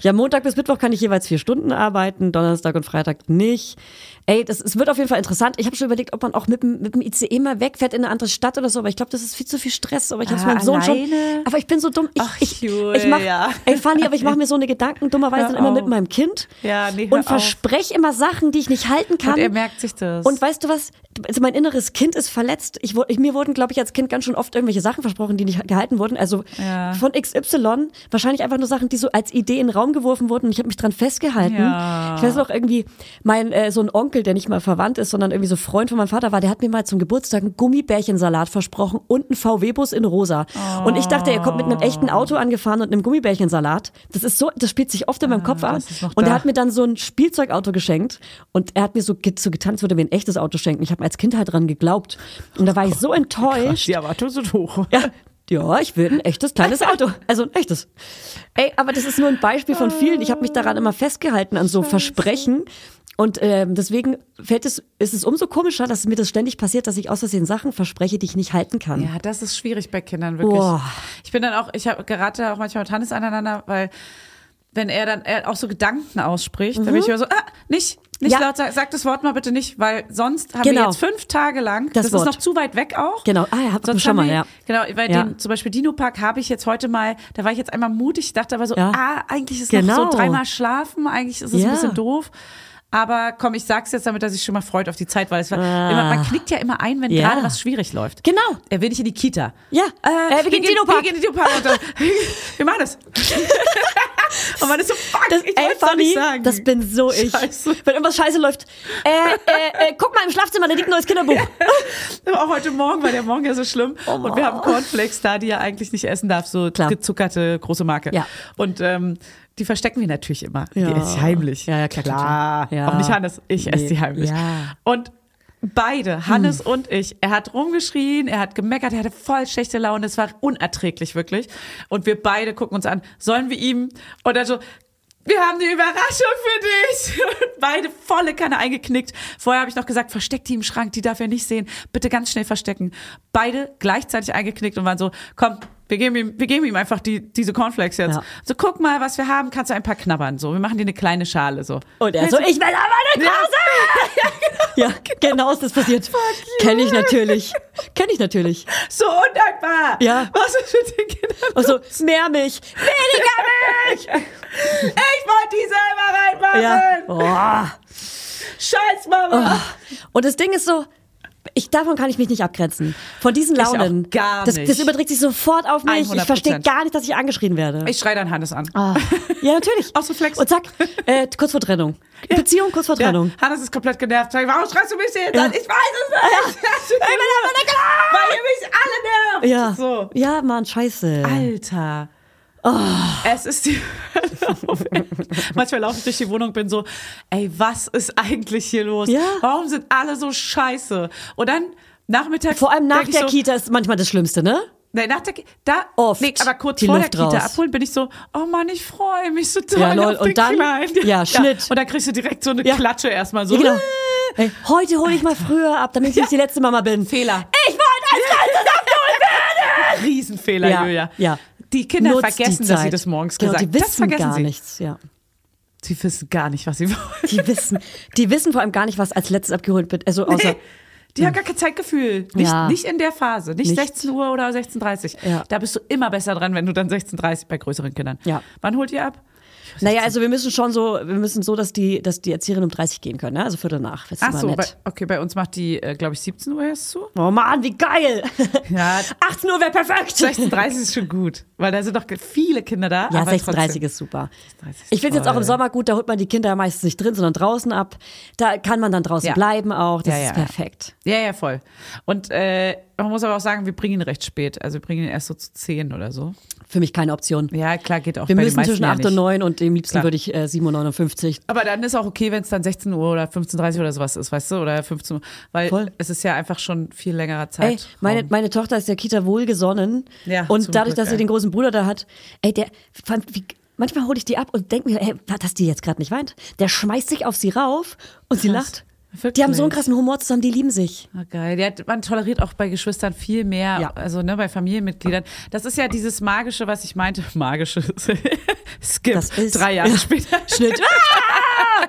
S1: ja, Montag bis Mittwoch kann ich jeweils vier Stunden arbeiten, Donnerstag und Freitag nicht. Ey, das, es wird auf jeden Fall interessant. Ich habe schon überlegt, ob man auch mit, dem- mit dem ICE mal wegfährt in eine andere Stadt oder so, aber ich glaube, das ist viel zu viel Stress. Aber ich habe es
S2: Ah,
S1: meinem Sohn
S2: alleine?
S1: schon. Aber ich bin so dumm. Ich,
S2: Ach,
S1: ich,
S2: Jule,
S1: ich mach,
S2: ja.
S1: Ey, Fanny, aber ich mache mir so eine Gedanken dummerweise
S2: Hör
S1: dann immer mit
S2: auf.
S1: meinem Kind
S2: Ja, nee, hör
S1: und verspreche immer Sachen, die ich nicht halten kann.
S2: Und er merkt sich das.
S1: Und weißt du was? Also mein inneres Kind ist verletzt. Ich, wu- ich, mir wurden, glaube ich, als Kind ganz schon oft irgendwelche Sachen versprochen, die nicht gehalten wurden. Also
S2: Ja.
S1: von XY wahrscheinlich einfach nur Sachen, die so als Idee in den Raum geworfen wurden. Und ich habe mich dran festgehalten.
S2: Ja.
S1: Ich weiß noch irgendwie, mein äh, so ein Onkel, der nicht mal verwandt ist, sondern irgendwie so Freund von meinem Vater war, der hat mir mal zum Geburtstag einen Gummibärchensalat versprochen und einen VW-Bus in Rosa. Und ich dachte, er kommt mit einem echten Auto angefahren und einem Gummibärchensalat. Das ist so, das spielt sich oft in meinem Kopf ab.
S2: Ah, das ist noch
S1: Und er
S2: da.
S1: hat mir dann so ein Spielzeugauto geschenkt und er hat mir so, ge- so getan, als würde er mir ein echtes Auto schenken. Ich habe als Kind halt dran geglaubt. Und da war ich so enttäuscht.
S2: Die Erwartungen sind hoch.
S1: Ja, ja, ich will ein echtes kleines Auto. Also ein echtes. Ey, aber das ist nur ein Beispiel von vielen. Ich habe mich daran immer festgehalten, an so Versprechen. Und ähm, deswegen fällt es, ist es umso komischer, dass mir das ständig passiert, dass ich aus Versehen Sachen verspreche, die ich nicht halten kann.
S2: Ja, das ist schwierig bei Kindern wirklich.
S1: Boah.
S2: Ich bin dann auch, ich hab, gerate da auch manchmal mit Hannes aneinander, weil wenn er dann er auch so Gedanken ausspricht, dann bin ich immer so, ah, nicht, nicht
S1: Mhm. Ja.
S2: laut, sag, sag das Wort mal bitte nicht, weil sonst haben wir
S1: Genau.
S2: jetzt fünf Tage lang,
S1: Das
S2: das,
S1: Wort.
S2: ist noch zu weit weg auch.
S1: Genau. Ah, ja, hab-
S2: sonst
S1: schon
S2: haben
S1: mal,
S2: wir-
S1: ja.
S2: Genau, weil
S1: Ja.
S2: den, zum Beispiel Dino-Park habe ich jetzt heute mal, da war ich jetzt einmal mutig, dachte aber so,
S1: Ja.
S2: ah, eigentlich ist
S1: Genau.
S2: noch so dreimal schlafen, eigentlich ist es
S1: Ja.
S2: ein bisschen doof. Aber komm, ich sag's jetzt, damit er sich schon mal freut auf die Zeit, weil es war immer, man knickt ja immer ein, wenn
S1: Ah. Ja.
S2: gerade was schwierig läuft.
S1: Genau.
S2: Er will nicht in die Kita.
S1: Ja, äh, wir gehen in den Dino-Park.
S2: Wir gehen in den Dino-Park. und dann- Wir machen das. Und man ist so, fuck,
S1: Das,
S2: ich
S1: ey,
S2: wollt's doch
S1: Fanny,
S2: nicht sagen.
S1: das bin so ich.
S2: Scheiße.
S1: Wenn irgendwas scheiße läuft. Äh, äh, äh, guck mal im Schlafzimmer, da liegt ein neues Kinderbuch.
S2: auch heute Morgen, weil der Morgen ja so schlimm. und wir haben Cornflakes da, die er eigentlich nicht essen darf. So
S1: Oh Klar.
S2: gezuckerte, große Marke.
S1: Ja.
S2: Und ähm, die verstecken wir natürlich immer.
S1: Ja.
S2: Die esse ich heimlich.
S1: Ja, ja, klar, klar,
S2: klar.
S1: klar. Ja.
S2: Auch nicht Hannes, ich esse
S1: Nee.
S2: die heimlich.
S1: Ja. Hm.
S2: Und beide, Hannes und ich, er hat rumgeschrien, er hat gemeckert, er hatte voll schlechte Laune, es war unerträglich, wirklich. Und wir beide gucken uns an, sollen wir ihm, und dann so, wir haben eine Überraschung für dich. Und beide volle Kanne eingeknickt. Vorher habe ich noch gesagt, versteck die im Schrank, die darf er nicht sehen. Bitte ganz schnell verstecken. Beide gleichzeitig eingeknickt und waren so, komm, Wir geben ihm, wir geben ihm einfach die, diese Cornflakes jetzt.
S1: Ja.
S2: So, guck mal, was wir haben, kannst du ein paar knabbern. So, wir machen dir eine kleine Schale. So.
S1: Und er so, ich will aber eine Pause! Ja, genau ist das passiert. Kenne ich natürlich. Kenne ich natürlich.
S2: So undankbar!
S1: Ja.
S2: Was ist mit den Kindern?
S1: Und so, Also, mehr Milch, weniger Milch!
S2: Ich wollte die selber reinmachen!
S1: Ja. Oh. Boah.
S2: Scheiß Mama!
S1: Und das Ding ist so, ich, davon kann ich mich nicht abgrenzen. Von diesen
S2: auch
S1: Launen.
S2: gar
S1: das,
S2: nicht.
S1: das überträgt sich sofort auf mich. Ich
S2: 100%.
S1: verstehe gar nicht, dass ich angeschrien werde.
S2: Ich schrei dann Hannes an.
S1: Ah. Ja, natürlich.
S2: Aus Reflex.
S1: Und zack, äh, kurz vor Trennung. Beziehung kurz vor
S2: Ja,
S1: Trennung.
S2: Hannes ist komplett genervt. Sag ich, warum schreist du mich denn jetzt
S1: Ja. Ah,
S2: an? Ich weiß es nicht!
S1: Ey, meine Arme, meine Kla-
S2: Weil ihr mich alle
S1: Ja.
S2: nervt! So.
S1: ja, Mann, scheiße.
S2: Alter.
S1: Oh.
S2: Es ist die Hölle auf Erden. Manchmal laufe ich durch die Wohnung und bin so, ey, was ist eigentlich hier los?
S1: Ja.
S2: Warum sind alle so scheiße? Und dann nachmittags.
S1: Vor allem nach
S2: denk ich
S1: der
S2: so,
S1: Kita ist manchmal das Schlimmste, ne?
S2: Nein, nach der Ki- da
S1: Oft
S2: Nee, aber kurz
S1: die
S2: vor
S1: Luft
S2: der Kita
S1: raus.
S2: abholen bin ich so, oh Mann, ich freue mich so toll
S1: Ja, lol,
S2: auf den
S1: und dann-
S2: Kleinen.
S1: ja, Schnitt.
S2: Und dann kriegst du direkt so eine
S1: Ja.
S2: Klatsche erstmal so.
S1: Ja, genau.
S2: äh,
S1: Ey, heute hole ich mal früher ab, damit ich nicht die letzte Mama bin.
S2: Fehler.
S1: Ich wollte als
S2: Riesenfehler,
S1: Ja,
S2: Julia.
S1: ja.
S2: Die Kinder
S1: Nutzt
S2: vergessen,
S1: die
S2: dass sie
S1: Zeit.
S2: das morgens
S1: genau,
S2: gesagt
S1: Die wissen
S2: das vergessen
S1: gar
S2: sie.
S1: nichts, ja.
S2: Sie wissen gar nicht, was sie wollen.
S1: Die wissen, die wissen vor allem gar nicht, was als letztes abgeholt wird. Also außer
S2: Nee, Die haben gar kein Zeitgefühl. Nicht,
S1: Ja.
S2: nicht in der Phase. Nicht,
S1: Nicht.
S2: 16 Uhr oder 16.30 Uhr.
S1: Ja.
S2: Da bist du immer besser dran, wenn du dann 16.30 Uhr bei größeren Kindern.
S1: Ja.
S2: Wann holt ihr ab?
S1: Naja, also wir müssen schon so, wir müssen so, dass die, dass die Erzieherin um 30 gehen können, ne? Also Viertel nach. Das ist
S2: Ach
S1: immer
S2: so, bei,
S1: nett.
S2: okay, bei uns macht die, äh, glaube ich, 17 Uhr erst zu.
S1: Oh Mann, wie geil!
S2: Ja.
S1: 18 Uhr wäre perfekt!
S2: 16.30 ist schon gut, weil da sind doch ge- viele Kinder da.
S1: ja,
S2: aber
S1: 36
S2: trotzdem.
S1: ist super.
S2: 36 ist
S1: Ich finde jetzt auch im
S2: toll.
S1: Sommer gut, da holt man die Kinder meistens nicht drin, sondern draußen ab. Da kann man dann draußen
S2: Ja.
S1: bleiben auch. Das
S2: Ja, ja,
S1: ist
S2: ja.
S1: perfekt.
S2: Ja, ja, voll. Und äh, man muss aber auch sagen, wir bringen ihn recht spät. Also wir bringen ihn erst so zu 10 oder so.
S1: Für mich keine Option.
S2: Ja, klar, geht auch
S1: wir
S2: bei den
S1: müssen
S2: meisten
S1: zwischen
S2: ja
S1: 8 und
S2: nicht.
S1: 9 und am liebsten
S2: Klar.
S1: würde ich äh, 7 Uhr 59.
S2: Aber dann ist auch okay, wenn es dann 16 Uhr oder 15.30 Uhr oder sowas ist, weißt du? Oder 15 Uhr. Weil
S1: Voll.
S2: es ist ja einfach schon viel längerer
S1: Ey,
S2: Zeit.
S1: meine, meine Tochter ist der Kita wohlgesonnen.
S2: Ja,
S1: und
S2: zum
S1: dadurch,
S2: Glück,
S1: dass sie
S2: ey.
S1: den großen Bruder da hat, ey, der fand, wie, manchmal hole ich die ab und denke mir, ey, dass die jetzt gerade nicht weint. Der schmeißt sich auf sie rauf und sie lacht.
S2: Wirklich?
S1: Die haben so einen krassen Humor zusammen, die lieben sich.
S2: Ah, geil. Ja, man toleriert auch bei Geschwistern viel mehr,
S1: Ja.
S2: also ne, bei Familienmitgliedern. Das ist ja dieses Magische, was ich meinte. Magische. Skip.
S1: Das ist-
S2: Drei Jahre
S1: Ja.
S2: später.
S1: Schnitt.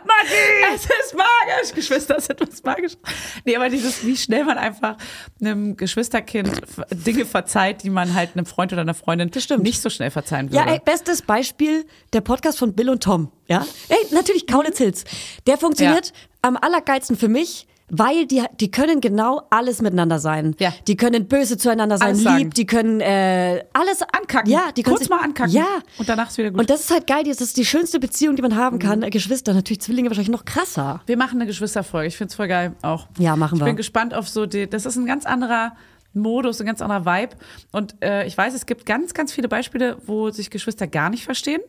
S2: Magie! Es ist magisch! Geschwister sind was Magisches. Nee, aber dieses, wie schnell man einfach einem Geschwisterkind f- Dinge verzeiht, die man halt einem Freund oder einer Freundin nicht so schnell verzeihen würde.
S1: Ja, ey, bestes Beispiel, der Podcast von Bill und Tom. Ja, ey, natürlich Kaulitz Hills. Der funktioniert
S2: Ja.
S1: am allergeilsten für mich, weil die, die können genau alles miteinander sein.
S2: Ja.
S1: Die können böse zueinander sein,
S2: Alles
S1: lieb,
S2: sagen.
S1: die können äh, alles
S2: Ankacken.
S1: Ja, die können
S2: Kurz
S1: sich,
S2: mal ankacken.
S1: Ja.
S2: Und danach ist wieder gut.
S1: Und das ist halt geil, das ist die schönste Beziehung, die man haben kann.
S2: Mhm.
S1: Äh, Geschwister, natürlich Zwillinge wahrscheinlich noch krasser.
S2: Wir machen eine Geschwisterfolge. Ich finde es voll geil auch.
S1: Ja, machen wir.
S2: Ich bin gespannt auf so die. Das ist ein ganz anderer Modus, ein ganz anderer Vibe. Und äh, ich weiß, es gibt ganz, ganz viele Beispiele, wo sich Geschwister gar nicht verstehen.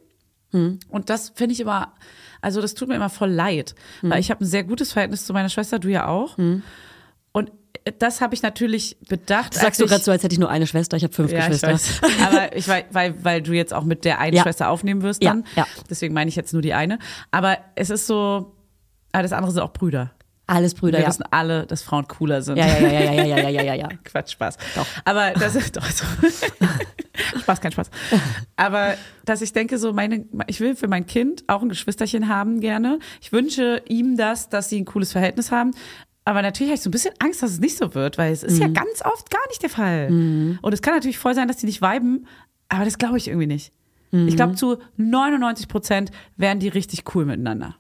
S1: Hm.
S2: Und das finde ich immer, also das tut mir immer voll leid,
S1: Hm.
S2: weil ich habe ein sehr gutes Verhältnis zu meiner Schwester, du ja auch. Und äh, das habe ich natürlich bedacht.
S1: Das sagst du
S2: als ich-
S1: gerade so, als hätte ich nur eine Schwester, ich habe fünf
S2: ja, ich
S1: Geschwister.
S2: weiß. Aber ich weiß, weil, weil du jetzt auch mit der einen
S1: Ja.
S2: Schwester aufnehmen wirst
S1: Ja,
S2: dann.
S1: ja.
S2: Deswegen meine ich jetzt nur die eine. Aber es ist so, aber das andere sind auch Brüder.
S1: Alles Brüder,
S2: Wir
S1: ja.
S2: wissen alle, dass Frauen cooler sind.
S1: Ja, ja, ja, ja, ja, ja, ja, ja, ja, ja.
S2: Quatsch, Spaß. Aber das ist doch so. Spaß, kein Spaß. Aber dass ich denke, so meine, ich will für mein Kind auch ein Geschwisterchen haben gerne. Ich wünsche ihm das, dass sie ein cooles Verhältnis haben. Aber natürlich habe ich so ein bisschen Angst, dass es nicht so wird, weil es ist ja ganz oft gar nicht der Fall. Und es kann natürlich voll sein, dass die nicht weiben, aber das glaube ich irgendwie nicht. Ich glaube, zu 99 Prozent wären die richtig cool miteinander.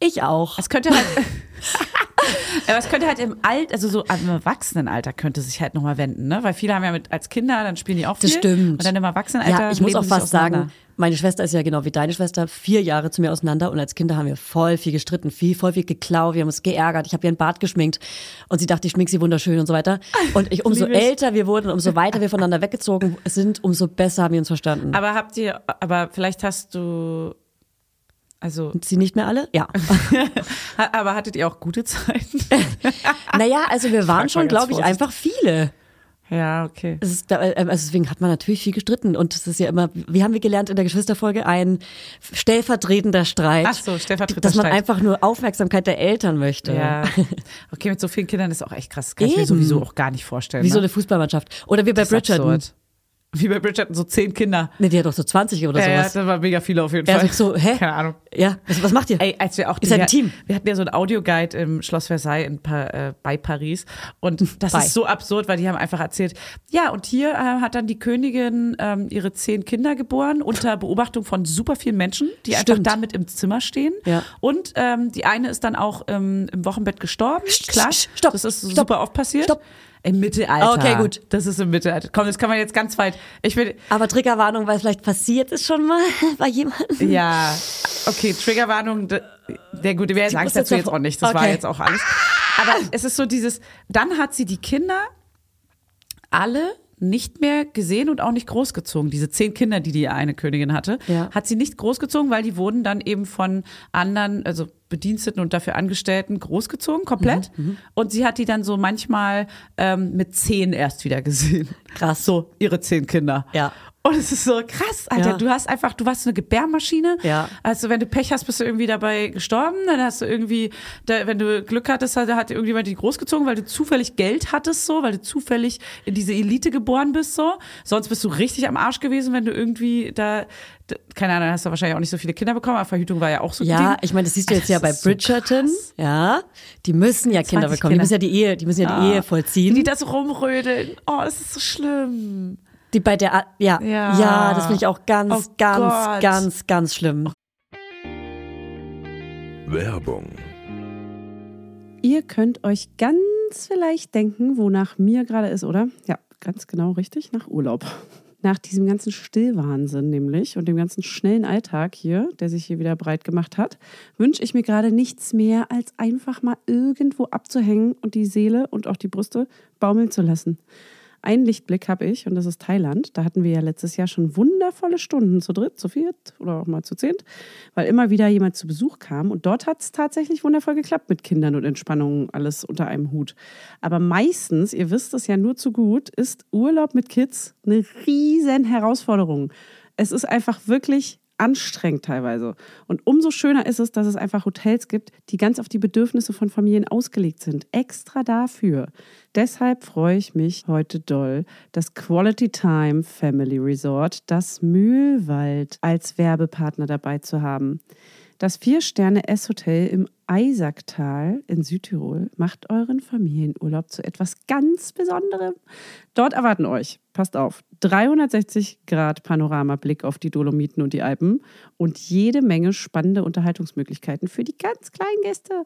S1: Ich auch.
S2: Es könnte halt. Aber es könnte halt im Alt, also so im Erwachsenenalter könnte sich halt nochmal wenden, ne? Weil viele haben ja mit als Kinder, dann spielen die auch viel.
S1: Das stimmt.
S2: Und dann im Erwachsenenalter.
S1: Ja, ich muss
S2: leben
S1: auch
S2: sie
S1: fast sagen,
S2: auseinander.
S1: meine Schwester ist ja genau wie deine Schwester vier Jahre zu mir auseinander und als Kinder haben wir voll viel gestritten, viel, voll viel geklaut, wir haben uns geärgert, ich habe ihr ein Bart geschminkt und sie dachte, ich schmink sie wunderschön und so weiter. Und ich, umso
S2: Lieb ich.
S1: älter wir wurden, umso weiter wir voneinander weggezogen sind, umso besser haben wir uns verstanden.
S2: Aber habt ihr, aber vielleicht hast du, also,
S1: Sie nicht mehr alle? Ja.
S2: ha- aber hattet ihr auch gute Zeiten?
S1: naja, also wir waren
S2: mal
S1: schon,
S2: ganz
S1: glaube ich,
S2: vorsichtig.
S1: einfach viele.
S2: ja, okay.
S1: Es ist, da- äh, also deswegen hat man natürlich viel gestritten und es ist ja immer, wie haben wir gelernt in der Geschwisterfolge, ein stellvertretender Streit.
S2: Ach so, stellvertretender
S1: Dass man
S2: Streit.
S1: einfach nur Aufmerksamkeit der Eltern möchte.
S2: Ja. Okay, mit so vielen Kindern ist auch echt krass. Kann ich mir
S1: Eben.
S2: sowieso auch gar nicht vorstellen.
S1: Wie so
S2: ne?
S1: eine Fußballmannschaft. Oder wie bei
S2: Das ist
S1: Bridgerton.
S2: absurd.
S4: wie bei Bridgerton, so zehn Kinder.
S1: Ne, die hat doch so 20 oder
S4: Ja, ja,
S1: sowas.
S4: das waren mega viele auf jeden
S1: Er
S4: Fall.
S1: sagt so, hä?
S4: Keine Ahnung.
S1: Ja, was, was macht ihr?
S4: Ey, als wir auch
S1: Ist ja ein
S4: wir-
S1: Team.
S4: Wir hatten ja so einen Audioguide im Schloss Versailles in pa äh, bei Paris. Und das
S1: Hm, Bei.
S4: ist so absurd, weil die haben einfach erzählt, ja, und hier äh, hat dann die Königin ähm, ihre zehn Kinder geboren, unter Beobachtung von super vielen Menschen, die einfach
S1: Stimmt.
S4: damit im Zimmer stehen.
S1: Ja.
S4: Und ähm, die eine ist dann auch ähm, im Wochenbett gestorben. Klar,
S1: sch- stopp,
S4: das ist
S1: stopp,
S4: super oft passiert.
S1: stopp.
S4: Im Mittelalter.
S1: Okay, gut.
S4: Das ist im Mittelalter. Komm, das kann man jetzt ganz weit. Ich will,
S1: Aber Triggerwarnung, weil vielleicht passiert es schon mal bei jemandem.
S4: ja, okay, Triggerwarnung. d- Der gute, wir sagen es
S1: muss
S4: dazu
S1: jetzt
S4: jetzt
S1: davor-
S4: auch nicht. Das war
S1: Okay.
S4: jetzt auch alles. Aber es ist so dieses, dann hat sie die Kinder alle nicht mehr gesehen und auch nicht großgezogen. Diese zehn Kinder, die die eine Königin hatte,
S1: Ja.
S4: hat sie nicht großgezogen, weil die wurden dann eben von anderen, also Bediensteten und dafür Angestellten großgezogen, komplett.
S1: Mhm,
S4: Und sie hat die dann so manchmal ähm, mit zehn erst wieder gesehen.
S1: Krass.
S4: So, ihre zehn Kinder.
S1: Ja.
S4: Und es ist so krass, Alter.
S1: Ja.
S4: Du hast einfach, du warst so eine Gebärmaschine.
S1: Ja.
S4: Also wenn du Pech hast, bist du irgendwie dabei gestorben. Dann hast du irgendwie, da, wenn du Glück hattest, hat, hat irgendjemand dich großgezogen, weil du zufällig Geld hattest, so, weil du zufällig in diese Elite geboren bist, so. Sonst bist du richtig am Arsch gewesen, wenn du irgendwie da, d- keine Ahnung, hast du wahrscheinlich auch nicht so viele Kinder bekommen, aber Verhütung war ja auch so ein
S1: Ja,
S4: Ding.
S1: ich meine, das siehst du jetzt ja
S4: Das
S1: bei
S4: ist so
S1: Bridgerton. ja, die müssen ja Kinder
S4: 20
S1: bekommen. Die
S4: Kinder.
S1: müssen ja die Ehe, die müssen ja, die Ehe vollziehen.
S4: Wie Ah. die das rumrödeln. Oh, es ist so schlimm.
S1: Die bei der, A- ja, ja,
S4: Ja.
S1: das finde ich auch ganz,
S4: Oh
S1: ganz,
S4: Gott.
S1: ganz, ganz schlimm.
S3: Werbung,
S2: Ihr könnt euch ganz vielleicht denken, wonach mir gerade ist, oder? Ja, ganz genau richtig, nach Urlaub. Nach diesem ganzen Stillwahnsinn nämlich und dem ganzen schnellen Alltag hier, der sich hier wieder breit gemacht hat, wünsche ich mir gerade nichts mehr, als einfach mal irgendwo abzuhängen und die Seele und auch die Brüste baumeln zu lassen. Einen Lichtblick habe ich und das ist Thailand. Da hatten wir ja letztes Jahr schon wundervolle Stunden zu dritt, zu viert oder auch mal zu zehnt, weil immer wieder jemand zu Besuch kam. Und dort hat es tatsächlich wundervoll geklappt mit Kindern und Entspannung, alles unter einem Hut. Aber meistens, ihr wisst es ja nur zu gut, ist Urlaub mit Kids eine riesen Herausforderung. Es ist einfach wirklich anstrengend teilweise. Und umso schöner ist es, dass es einfach Hotels gibt, die ganz auf die Bedürfnisse von Familien ausgelegt sind. Extra dafür. Deshalb freue ich mich heute doll, das Quality Time Family Resort, das Mühlwald, als Werbepartner dabei zu haben. Das Vier-Sterne-S-Hotel im Eisacktal in Südtirol macht euren Familienurlaub zu etwas ganz Besonderem. Dort erwarten euch, passt auf, 360 Grad Panoramablick auf die Dolomiten und die Alpen und jede Menge spannende Unterhaltungsmöglichkeiten für die ganz kleinen Gäste.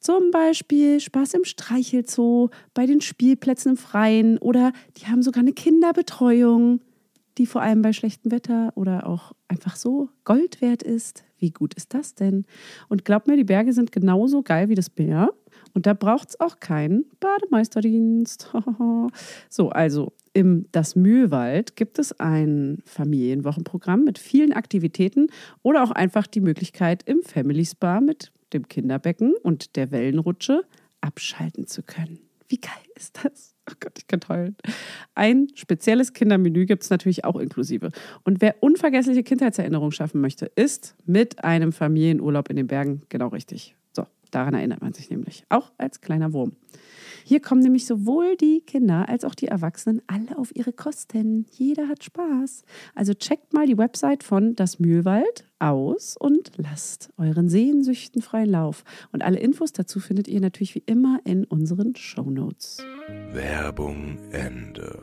S2: Zum Beispiel Spaß im Streichelzoo, bei den Spielplätzen im Freien oder die haben sogar eine Kinderbetreuung, die vor allem bei schlechtem Wetter oder auch einfach so Gold wert ist. Wie gut ist das denn? Und glaubt mir, die Berge sind genauso geil wie das Meer. Und da braucht es auch keinen Bademeisterdienst. so, also im Das Mühlwald gibt es ein Familienwochenprogramm mit vielen Aktivitäten oder auch einfach die Möglichkeit, im Family Spa mit dem Kinderbecken und der Wellenrutsche abschalten zu können. Wie geil ist das? Oh Gott, ich kann heulen. Ein spezielles Kindermenü gibt es natürlich auch inklusive. Und wer unvergessliche Kindheitserinnerungen schaffen möchte, ist mit einem Familienurlaub in den Bergen genau richtig. So, daran erinnert man sich nämlich. Auch als kleiner Wurm. Hier kommen nämlich sowohl die Kinder als auch die Erwachsenen alle auf ihre Kosten. Jeder hat Spaß. Also checkt mal die Website von Das Mühlwald aus und lasst euren Sehnsüchten freien Lauf. Und alle Infos dazu findet ihr natürlich wie immer in unseren Shownotes.
S3: Werbung, Ende.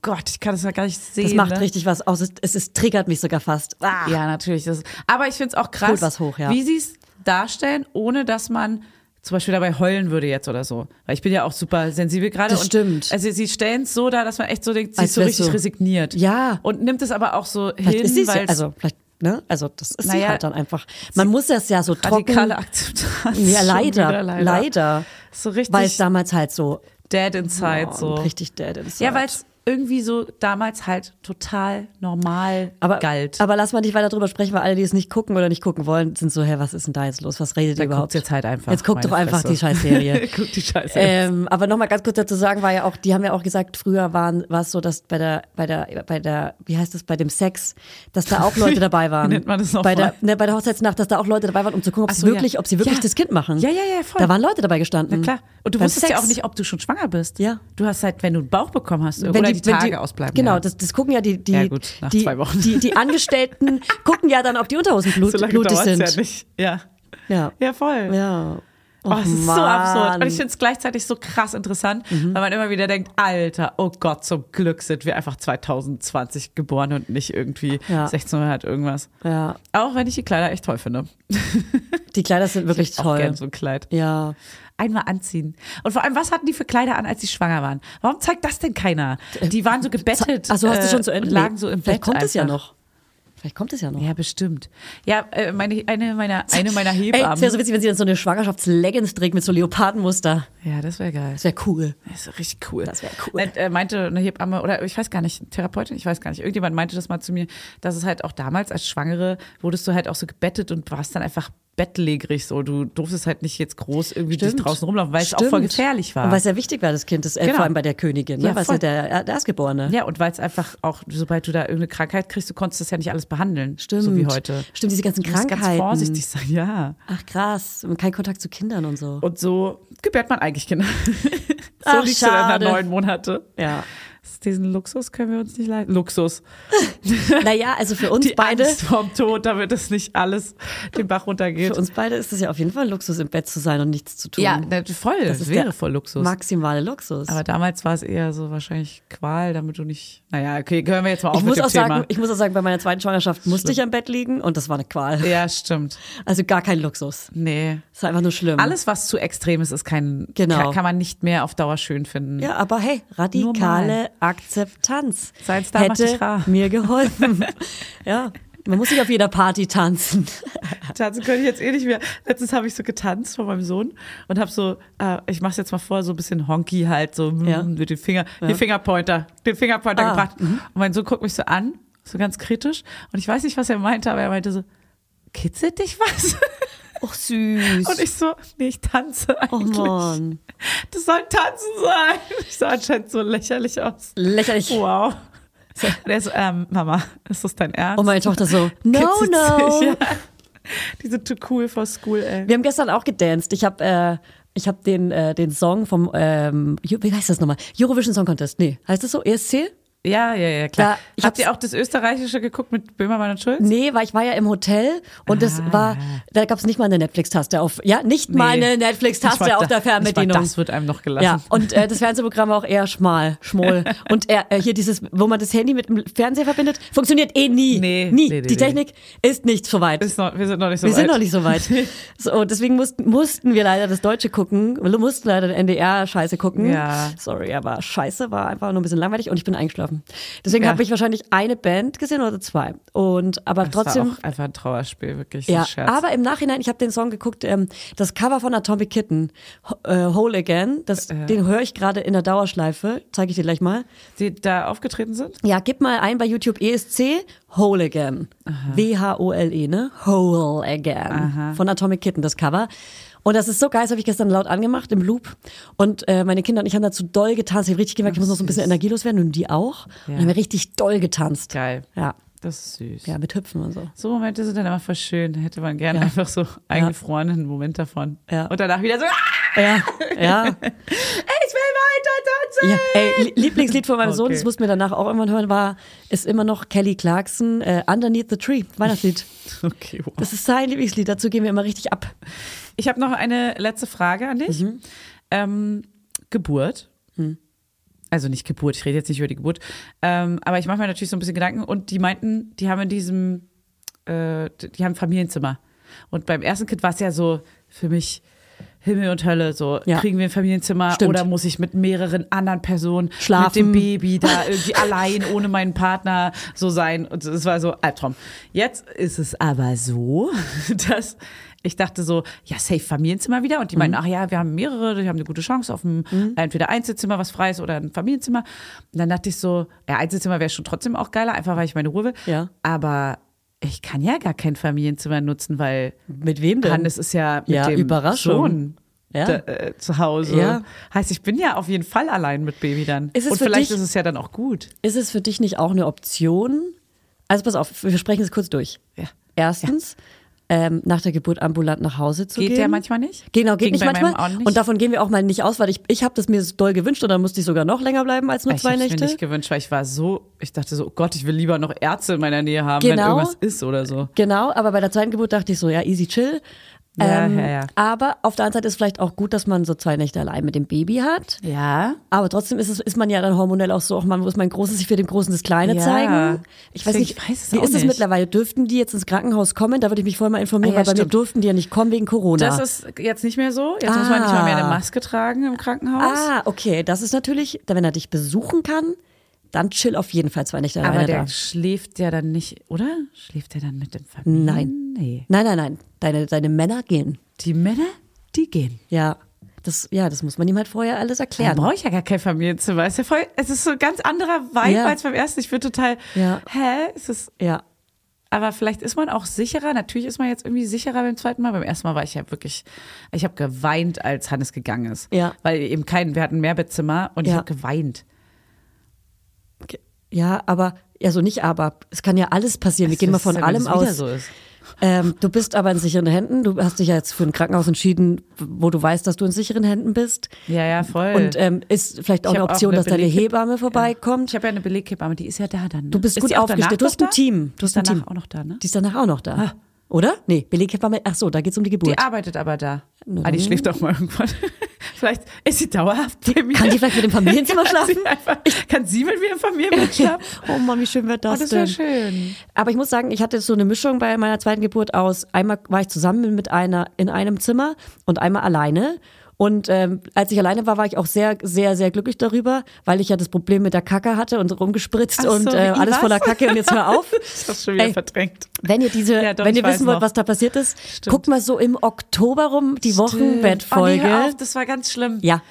S4: Gott, ich kann das ja gar nicht sehen.
S1: Das macht
S4: ne?
S1: richtig was aus. Es, es, es triggert mich sogar fast. Ah.
S4: Ja, natürlich. Das, aber ich finde es auch krass,
S1: Holt was hoch, ja.
S4: wie sie es darstellen, ohne dass man zum Beispiel dabei heulen würde jetzt oder so. Weil ich bin ja auch super sensibel gerade.
S1: Das
S4: und-
S1: stimmt.
S4: Also sie stellen es so dar, dass man echt so denkt, sie
S1: Als
S4: ist so
S1: wär's
S4: richtig
S1: so.
S4: resigniert.
S1: Ja.
S4: Und nimmt es aber auch so
S1: Vielleicht
S4: hin,
S1: ist sie ja,
S4: weil
S1: also vielleicht, ne? Also das ist sie
S4: Naja,
S1: halt dann einfach. Man muss das ja so
S4: radikale
S1: trocken.
S4: Akzeptanz.
S1: Ja,
S4: schon
S1: leider,
S4: wieder
S1: leider,
S4: So richtig
S1: Weil es damals halt so
S4: dead inside
S1: oh,
S4: so.
S1: richtig dead inside.
S4: Ja, weil es irgendwie so damals halt total normal
S1: aber,
S4: galt.
S1: Aber lass mal nicht weiter drüber sprechen, weil alle, die es nicht gucken oder nicht gucken wollen, sind so, hä, was ist denn da jetzt los? Was redet ihr
S4: Dann
S1: überhaupt?
S4: guckt jetzt halt einfach.
S1: Jetzt guckt
S4: meine
S1: doch einfach
S4: Fresse.
S1: die Scheißserie.
S4: guckt die Scheiße.
S1: Ähm, aber nochmal ganz kurz dazu sagen, war ja auch, die haben ja auch gesagt, früher waren, war es so, dass bei der, bei der, bei der, wie heißt das, bei dem Sex, dass da auch Leute dabei waren.
S4: Nennt man das noch
S1: bei der,
S4: mal?
S1: ne, bei der Hochzeitsnacht, dass da auch Leute dabei waren, um zu gucken, ob,
S4: Ach
S1: sie
S4: so, ja.
S1: wirklich, ob sie wirklich
S4: Ja.
S1: das Kind machen.
S4: Ja, ja, ja, voll.
S1: Da waren Leute dabei gestanden.
S4: Na klar. Und du
S1: Beim
S4: wusstest ja
S1: Mhm. Sex.
S4: auch nicht, ob du schon schwanger bist.
S1: Ja.
S4: Du hast halt, wenn du einen Bauch bekommen hast
S1: Wenn
S4: oder die Tage ausbleiben,
S1: Genau,
S4: ja.
S1: das, das gucken ja die, die,
S4: Ja, gut, nach
S1: die,
S4: zwei Wochen.
S1: die, die Angestellten gucken ja dann, ob die Unterhosen blut,
S4: So lange
S1: blutig
S4: dauert's
S1: sind.
S4: ja nicht. Ja.
S1: Ja.
S4: Ja, voll.
S1: Ja.
S4: Oh, es ist so
S1: Mann. Mhm.
S4: absurd. Und ich finde es gleichzeitig so krass interessant, weil man immer wieder denkt, Alter, oh Gott, zum Glück sind wir einfach 2020 geboren und nicht irgendwie
S1: Ja.
S4: 1600 irgendwas.
S1: Ja,
S4: Auch wenn ich die Kleider echt toll finde.
S1: die Kleider sind wirklich
S4: Auch
S1: toll.
S4: gern so ein Kleid.
S1: Ja.
S4: Einmal anziehen. Und vor allem, was hatten die für Kleider an, als sie schwanger waren? Warum zeigt das denn keiner? Die waren so gebettet.
S1: Achso, hast du
S4: äh,
S1: schon zu Ende?
S4: Und lagen so im
S1: Vielleicht
S4: Bett
S1: kommt es ja
S4: einfach.
S1: noch. Vielleicht kommt es ja noch.
S4: Ja, bestimmt. Ja, äh, meine, eine meiner, eine meiner
S1: Ey, es
S4: Hebammen.
S1: wäre so witzig, wenn sie dann so eine Schwangerschaftsleggings trägt mit so Leopardenmuster.
S4: ja, das wäre geil.
S1: Das wäre cool.
S4: Das ist richtig cool.
S1: Das wär cool.
S4: Und, äh, meinte eine Hebamme oder ich weiß gar nicht, Therapeutin, ich weiß gar nicht. Irgendjemand meinte das mal zu mir, dass es halt auch damals als Schwangere wurdest du halt auch so gebettet und warst dann einfach bettlägerig so. Du durftest halt nicht jetzt groß irgendwie dich draußen rumlaufen, weil es auch voll
S1: Stimmt.
S4: gefährlich war.
S1: Und weil es ja wichtig war, das Kind, das, äh,
S4: Genau.
S1: vor allem bei der Königin, ne?
S4: Ja,
S1: weil es
S4: voll.
S1: ja der, der Erstgeborene.
S4: ja, und weil es einfach auch, sobald du da irgendeine Krankheit kriegst, du konntest das ja nicht alles behandeln.
S1: Stimmt.
S4: So wie heute.
S1: Stimmt, diese ganzen
S4: Du musst ganz
S1: Krankheiten.
S4: vorsichtig sein, ja.
S1: Ach krass, und kein Kontakt zu Kindern und so.
S4: Und so gebärt man eigentlich Kinder. so
S1: Ach,
S4: liegst du dann
S1: schade.
S4: nach neun Monate.
S1: Ja.
S4: Diesen Luxus können wir uns nicht leisten. Luxus.
S1: Naja, also für uns
S4: die
S1: beide,
S4: Angst vorm Tod, damit es nicht alles den Bach runtergeht.
S1: für uns beide ist es ja auf jeden Fall Luxus, im Bett zu sein und nichts zu tun.
S4: ja, ne, voll. Das
S1: ist
S4: wäre
S1: der
S4: voll Luxus.
S1: Maximale Luxus.
S4: Aber damals war es eher so wahrscheinlich Qual, damit du nicht. Naja, okay, hören wir jetzt mal auf
S1: ich
S4: mit
S1: muss
S4: dem
S1: auch
S4: Thema.
S1: sagen, ich muss auch sagen, bei meiner zweiten Schwangerschaft musste ich am Bett liegen und das war eine Qual.
S4: ja, stimmt.
S1: Also gar kein Luxus.
S4: Nee.
S1: Das war einfach nur schlimm.
S4: Alles, was zu extrem ist, ist kein.
S1: Genau.
S4: Kann, kann man nicht mehr auf Dauer schön finden.
S1: Ja, aber hey, radikale Akzeptanz
S4: Sein Star macht dich rar.
S1: hätte mir geholfen. ja, man muss nicht auf jeder Party tanzen.
S4: Tanzen könnte ich jetzt eh nicht mehr. Letztens habe ich so getanzt vor meinem Sohn und habe so, äh, ich mache es jetzt mal vor, so ein bisschen honky halt, so mm,
S1: Ja.
S4: mit dem Finger, den Fingerpointer, den Fingerpointer
S1: Ah,
S4: gebracht. Und mein Sohn guckt mich so an, so ganz kritisch. Und ich weiß nicht, was er meinte, aber er meinte so, kitzelt dich was?
S1: Och süß.
S4: Und ich so, nee, ich
S1: oh
S4: tanze eigentlich.
S1: Mann.
S4: Das soll Tanzen sein. Ich sah anscheinend so lächerlich aus.
S1: Lächerlich.
S4: Wow. Und er so, ähm, Mama, ist das dein Ernst?
S1: Und Oh, meine Tochter so, no,
S4: Kitzelt's
S1: no.
S4: dich? Ja. Die sind too cool for school, ey.
S1: Wir haben gestern auch gedanced. Ich habe äh, ich hab den, äh, den Song vom, ähm, Ju- wie heißt das nochmal? Eurovision Song Contest. Nee, heißt das so? E ESC?
S4: Ja, ja, ja, klar.
S1: Da- ich
S4: Habt
S1: hab's-
S4: ihr auch das Österreichische geguckt mit Böhmermann und Schulz?
S1: Nee, weil ich war ja im Hotel und das
S4: Ah.
S1: war, da gab es nicht mal eine Netflix-Taste auf, ja, nicht mal eine
S4: Ich war
S1: Netflix-Taste auf
S4: da-
S1: der Fernbedienung.
S4: Ich war, das wird einem noch gelassen.
S1: Ja, und äh, das Fernsehprogramm war auch eher schmal, schmoll. Und er, äh, hier dieses, wo man das Handy mit dem Fernseher verbindet, funktioniert eh nie.
S4: Nee,
S1: nie.
S4: nee, nee,
S1: Die
S4: nee.
S1: Technik ist nicht so weit.
S4: Ist noch, wir sind noch nicht so
S1: wir
S4: weit.
S1: sind noch nicht so weit. So, deswegen mussten, mussten wir leider das Deutsche gucken. Wir mussten leider NDR-Scheiße gucken.
S4: Ja.
S1: Sorry, aber Scheiße war einfach nur ein bisschen langweilig und ich bin eingeschlafen. Deswegen
S4: Ja.
S1: habe ich wahrscheinlich eine Band gesehen oder zwei. Und aber
S4: Das
S1: trotzdem.
S4: war auch einfach ein Trauerspiel, wirklich. so
S1: Ja,
S4: ein Scherz.
S1: aber im Nachhinein, ich habe den Song geguckt, ähm, das Cover von Atomic Kitten, Ho- äh, Whole Again, das,
S4: Äh.
S1: den höre ich gerade in der Dauerschleife, zeige ich dir gleich mal.
S4: Die da aufgetreten sind?
S1: Ja, gib mal ein bei YouTube E ESC, Whole Again, W-H-O-L-E, ne? Whole Again, von Atomic Kitten, das Cover. Und das ist so geil, das habe ich gestern laut angemacht im Loop. Und äh, meine Kinder und ich haben dazu doll getanzt. Ich habe richtig gemerkt, ich muss noch so ein bisschen energielos werden und die auch. Und haben wir richtig doll getanzt.
S4: Geil.
S1: Ja,
S4: Das ist süß.
S1: ja, mit Hüpfen und so.
S4: So Momente sind dann immer voll schön. Hätte man gerne einfach so eingefrorenen Moment davon.
S1: Ja.
S4: Und danach wieder so, ah,
S1: Ja, ja.
S4: ich will weiter tanzen!
S1: Ja, ey, Lie- Lieblingslied von meinem Sohn,
S4: Okay.
S1: das mussten wir danach auch irgendwann hören, war, ist immer noch Kelly Clarkson, äh, Underneath the Tree, Weihnachtslied.
S4: Okay, wow.
S1: Das ist sein Lieblingslied, dazu gehen wir immer richtig ab.
S4: Ich habe noch eine letzte Frage an dich.
S1: Mhm.
S4: Ähm, Geburt.
S1: Hm.
S4: Also nicht Geburt, ich rede jetzt nicht über die Geburt. Ähm, aber ich mache mir natürlich so ein bisschen Gedanken. Und die meinten, die haben in diesem, äh, die haben ein Familienzimmer. Und beim ersten Kind war es ja so für mich Himmel und Hölle. So
S1: Ja.
S4: kriegen wir ein Familienzimmer
S1: Stimmt.
S4: oder muss ich mit mehreren anderen Personen, mit
S1: Schlafen.
S4: dem Baby da irgendwie allein ohne meinen Partner so sein. Und es war so Albtraum. Jetzt ist es aber so, dass ich dachte so, ja, safe Familienzimmer wieder. Und die
S1: Mhm.
S4: meinten, ach ja, wir haben mehrere, die haben eine gute Chance auf ein, entweder Einzelzimmer, was frei ist, oder ein Familienzimmer. Und dann dachte ich so, ja, Einzelzimmer wäre schon trotzdem auch geiler, einfach weil ich meine Ruhe will.
S1: Ja.
S4: Aber ich kann ja gar kein Familienzimmer nutzen, weil
S1: Mit wem denn?
S4: Hannes ist ja mit
S1: Ja,
S4: dem
S1: Überraschung.
S4: Sohn
S1: Ja.
S4: da, äh, zu Hause.
S1: Ja.
S4: Heißt, ich bin ja auf jeden Fall allein mit Baby dann.
S1: Ist es
S4: Und
S1: für
S4: vielleicht
S1: dich-
S4: ist es ja dann auch gut.
S1: Ist es für dich nicht auch eine Option? Also pass auf, wir sprechen es kurz durch.
S4: Ja.
S1: Erstens, ähm, nach der Geburt ambulant nach Hause zu
S4: Geht
S1: gehen.
S4: der manchmal nicht?
S1: Genau, geht
S4: Ging
S1: nicht
S4: bei meinem
S1: manchmal.
S4: auch nicht.
S1: Und davon gehen wir auch mal nicht aus, weil ich, ich habe das mir so doll gewünscht und dann musste ich sogar noch länger bleiben als nur
S4: Ich
S1: zwei
S4: hab's mir
S1: Nächte.
S4: nicht gewünscht, weil ich war so, ich dachte so, oh Gott, ich will lieber noch Ärzte in meiner Nähe haben, wenn
S1: Genau.
S4: irgendwas ist oder so.
S1: Genau, aber bei der zweiten Geburt dachte ich so, ja, easy chill. Ähm,
S4: Ja, ja, ja.
S1: Aber auf der anderen Seite ist es vielleicht auch gut, dass man so zwei Nächte allein mit dem Baby hat.
S4: Ja.
S1: Aber trotzdem ist, es, ist man ja dann hormonell auch so, auch man muss mein Großes sich für den Großen das Kleine
S4: Ja.
S1: zeigen. Ich weiß
S4: Deswegen,
S1: nicht,
S4: ich weiß es
S1: wie
S4: auch
S1: ist es
S4: nicht.
S1: mittlerweile? Dürften die jetzt ins Krankenhaus kommen? Da würde ich mich vorher mal informieren,
S4: Ah, ja,
S1: weil bei
S4: stimmt.
S1: mir durften die ja nicht kommen wegen Corona.
S4: Das ist jetzt nicht mehr so. Jetzt muss man nicht mal mehr eine
S1: Ah.
S4: Maske tragen im Krankenhaus.
S1: ah, okay, das ist natürlich, wenn er dich besuchen kann, dann chill auf jeden Fall zwei Nächte
S4: Aber
S1: alleine
S4: der
S1: da.
S4: schläft ja dann nicht, oder? Schläft er dann mit dem Familien?
S1: Nein.
S4: Nee.
S1: Nein, nein, nein, deine, deine Männer gehen.
S4: Die Männer, die gehen.
S1: Ja, das, ja, das muss man ihm halt vorher alles
S4: Dann
S1: erklären.
S4: brauche ich ja gar kein Familienzimmer. Ist ja voll, es ist so ein ganz anderer Vibe
S1: Ja.
S4: als beim ersten. Ich bin total,
S1: Ja.
S4: hä? Es ist,
S1: Ja,
S4: aber vielleicht ist man auch sicherer. Natürlich ist man jetzt irgendwie sicherer beim zweiten Mal. Beim ersten Mal war ich ja wirklich, ich habe geweint, als Hannes gegangen ist.
S1: Ja.
S4: Weil eben kein, wir hatten ein Mehrbettzimmer und ich
S1: Ja.
S4: habe geweint.
S1: Ge- Ja, aber, also nicht aber, es kann ja alles passieren. Wir gehen mal
S4: Das
S1: von
S4: ist ja, wenn
S1: allem
S4: es wieder
S1: aus.
S4: So ist.
S1: Ähm, du bist aber in sicheren Händen. Du hast dich ja jetzt für ein Krankenhaus entschieden, wo du weißt, dass du in sicheren Händen bist.
S4: Ja, ja, voll.
S1: Und ähm, ist vielleicht auch
S4: Ich
S1: eine
S4: hab auch
S1: Option,
S4: eine
S1: dass deine
S4: Beleg-
S1: Hebamme vorbeikommt.
S4: Ich habe ja eine Belegkippe, aber die ist ja da dann. Ne?
S1: Du bist
S4: ist
S1: gut
S4: die auch danach
S1: aufgestellt. Du
S4: noch
S1: hast ein
S4: da?
S1: Team.
S4: Du
S1: Du hast
S4: hast
S1: ein
S4: danach
S1: Team.
S4: auch noch da, ne?
S1: Die ist danach auch noch da. Oder? Nee, Beleghebamme, ach so, da geht's um die Geburt.
S4: Die arbeitet aber da.
S1: Mhm.
S4: Ah, die schläft auch mal irgendwann. vielleicht ist sie dauerhaft bei mir.
S1: kann die vielleicht mit dem Familienzimmer
S4: Kann sie
S1: schlafen?
S4: einfach- Kann sie mit mir im Familienbett schlafen?
S1: oh Mann, wie schön wird
S4: Oh,
S1: das,
S4: das
S1: denn?
S4: wäre schön.
S1: Aber ich muss sagen, ich hatte so eine Mischung bei meiner zweiten Geburt aus. Einmal war ich zusammen mit einer in einem Zimmer und einmal alleine. Und ähm, als ich alleine war, war ich auch sehr, sehr, sehr glücklich darüber, weil ich ja das Problem mit der Kacke hatte und rumgespritzt
S4: Ach so,
S1: und äh,
S4: wie,
S1: alles
S4: was?
S1: voller Kacke und jetzt hör auf.
S4: Ich hab's schon wieder
S1: Ey,
S4: verdrängt.
S1: Wenn ihr diese,
S4: Ja, doch,
S1: wenn
S4: ich
S1: ihr wissen
S4: weiß
S1: wollt,
S4: noch.
S1: was da passiert ist,
S4: Stimmt.
S1: guckt mal so im Oktober rum die Wochenbettfolge.
S4: Oh, nee, hör auf, das war ganz schlimm.
S1: ja.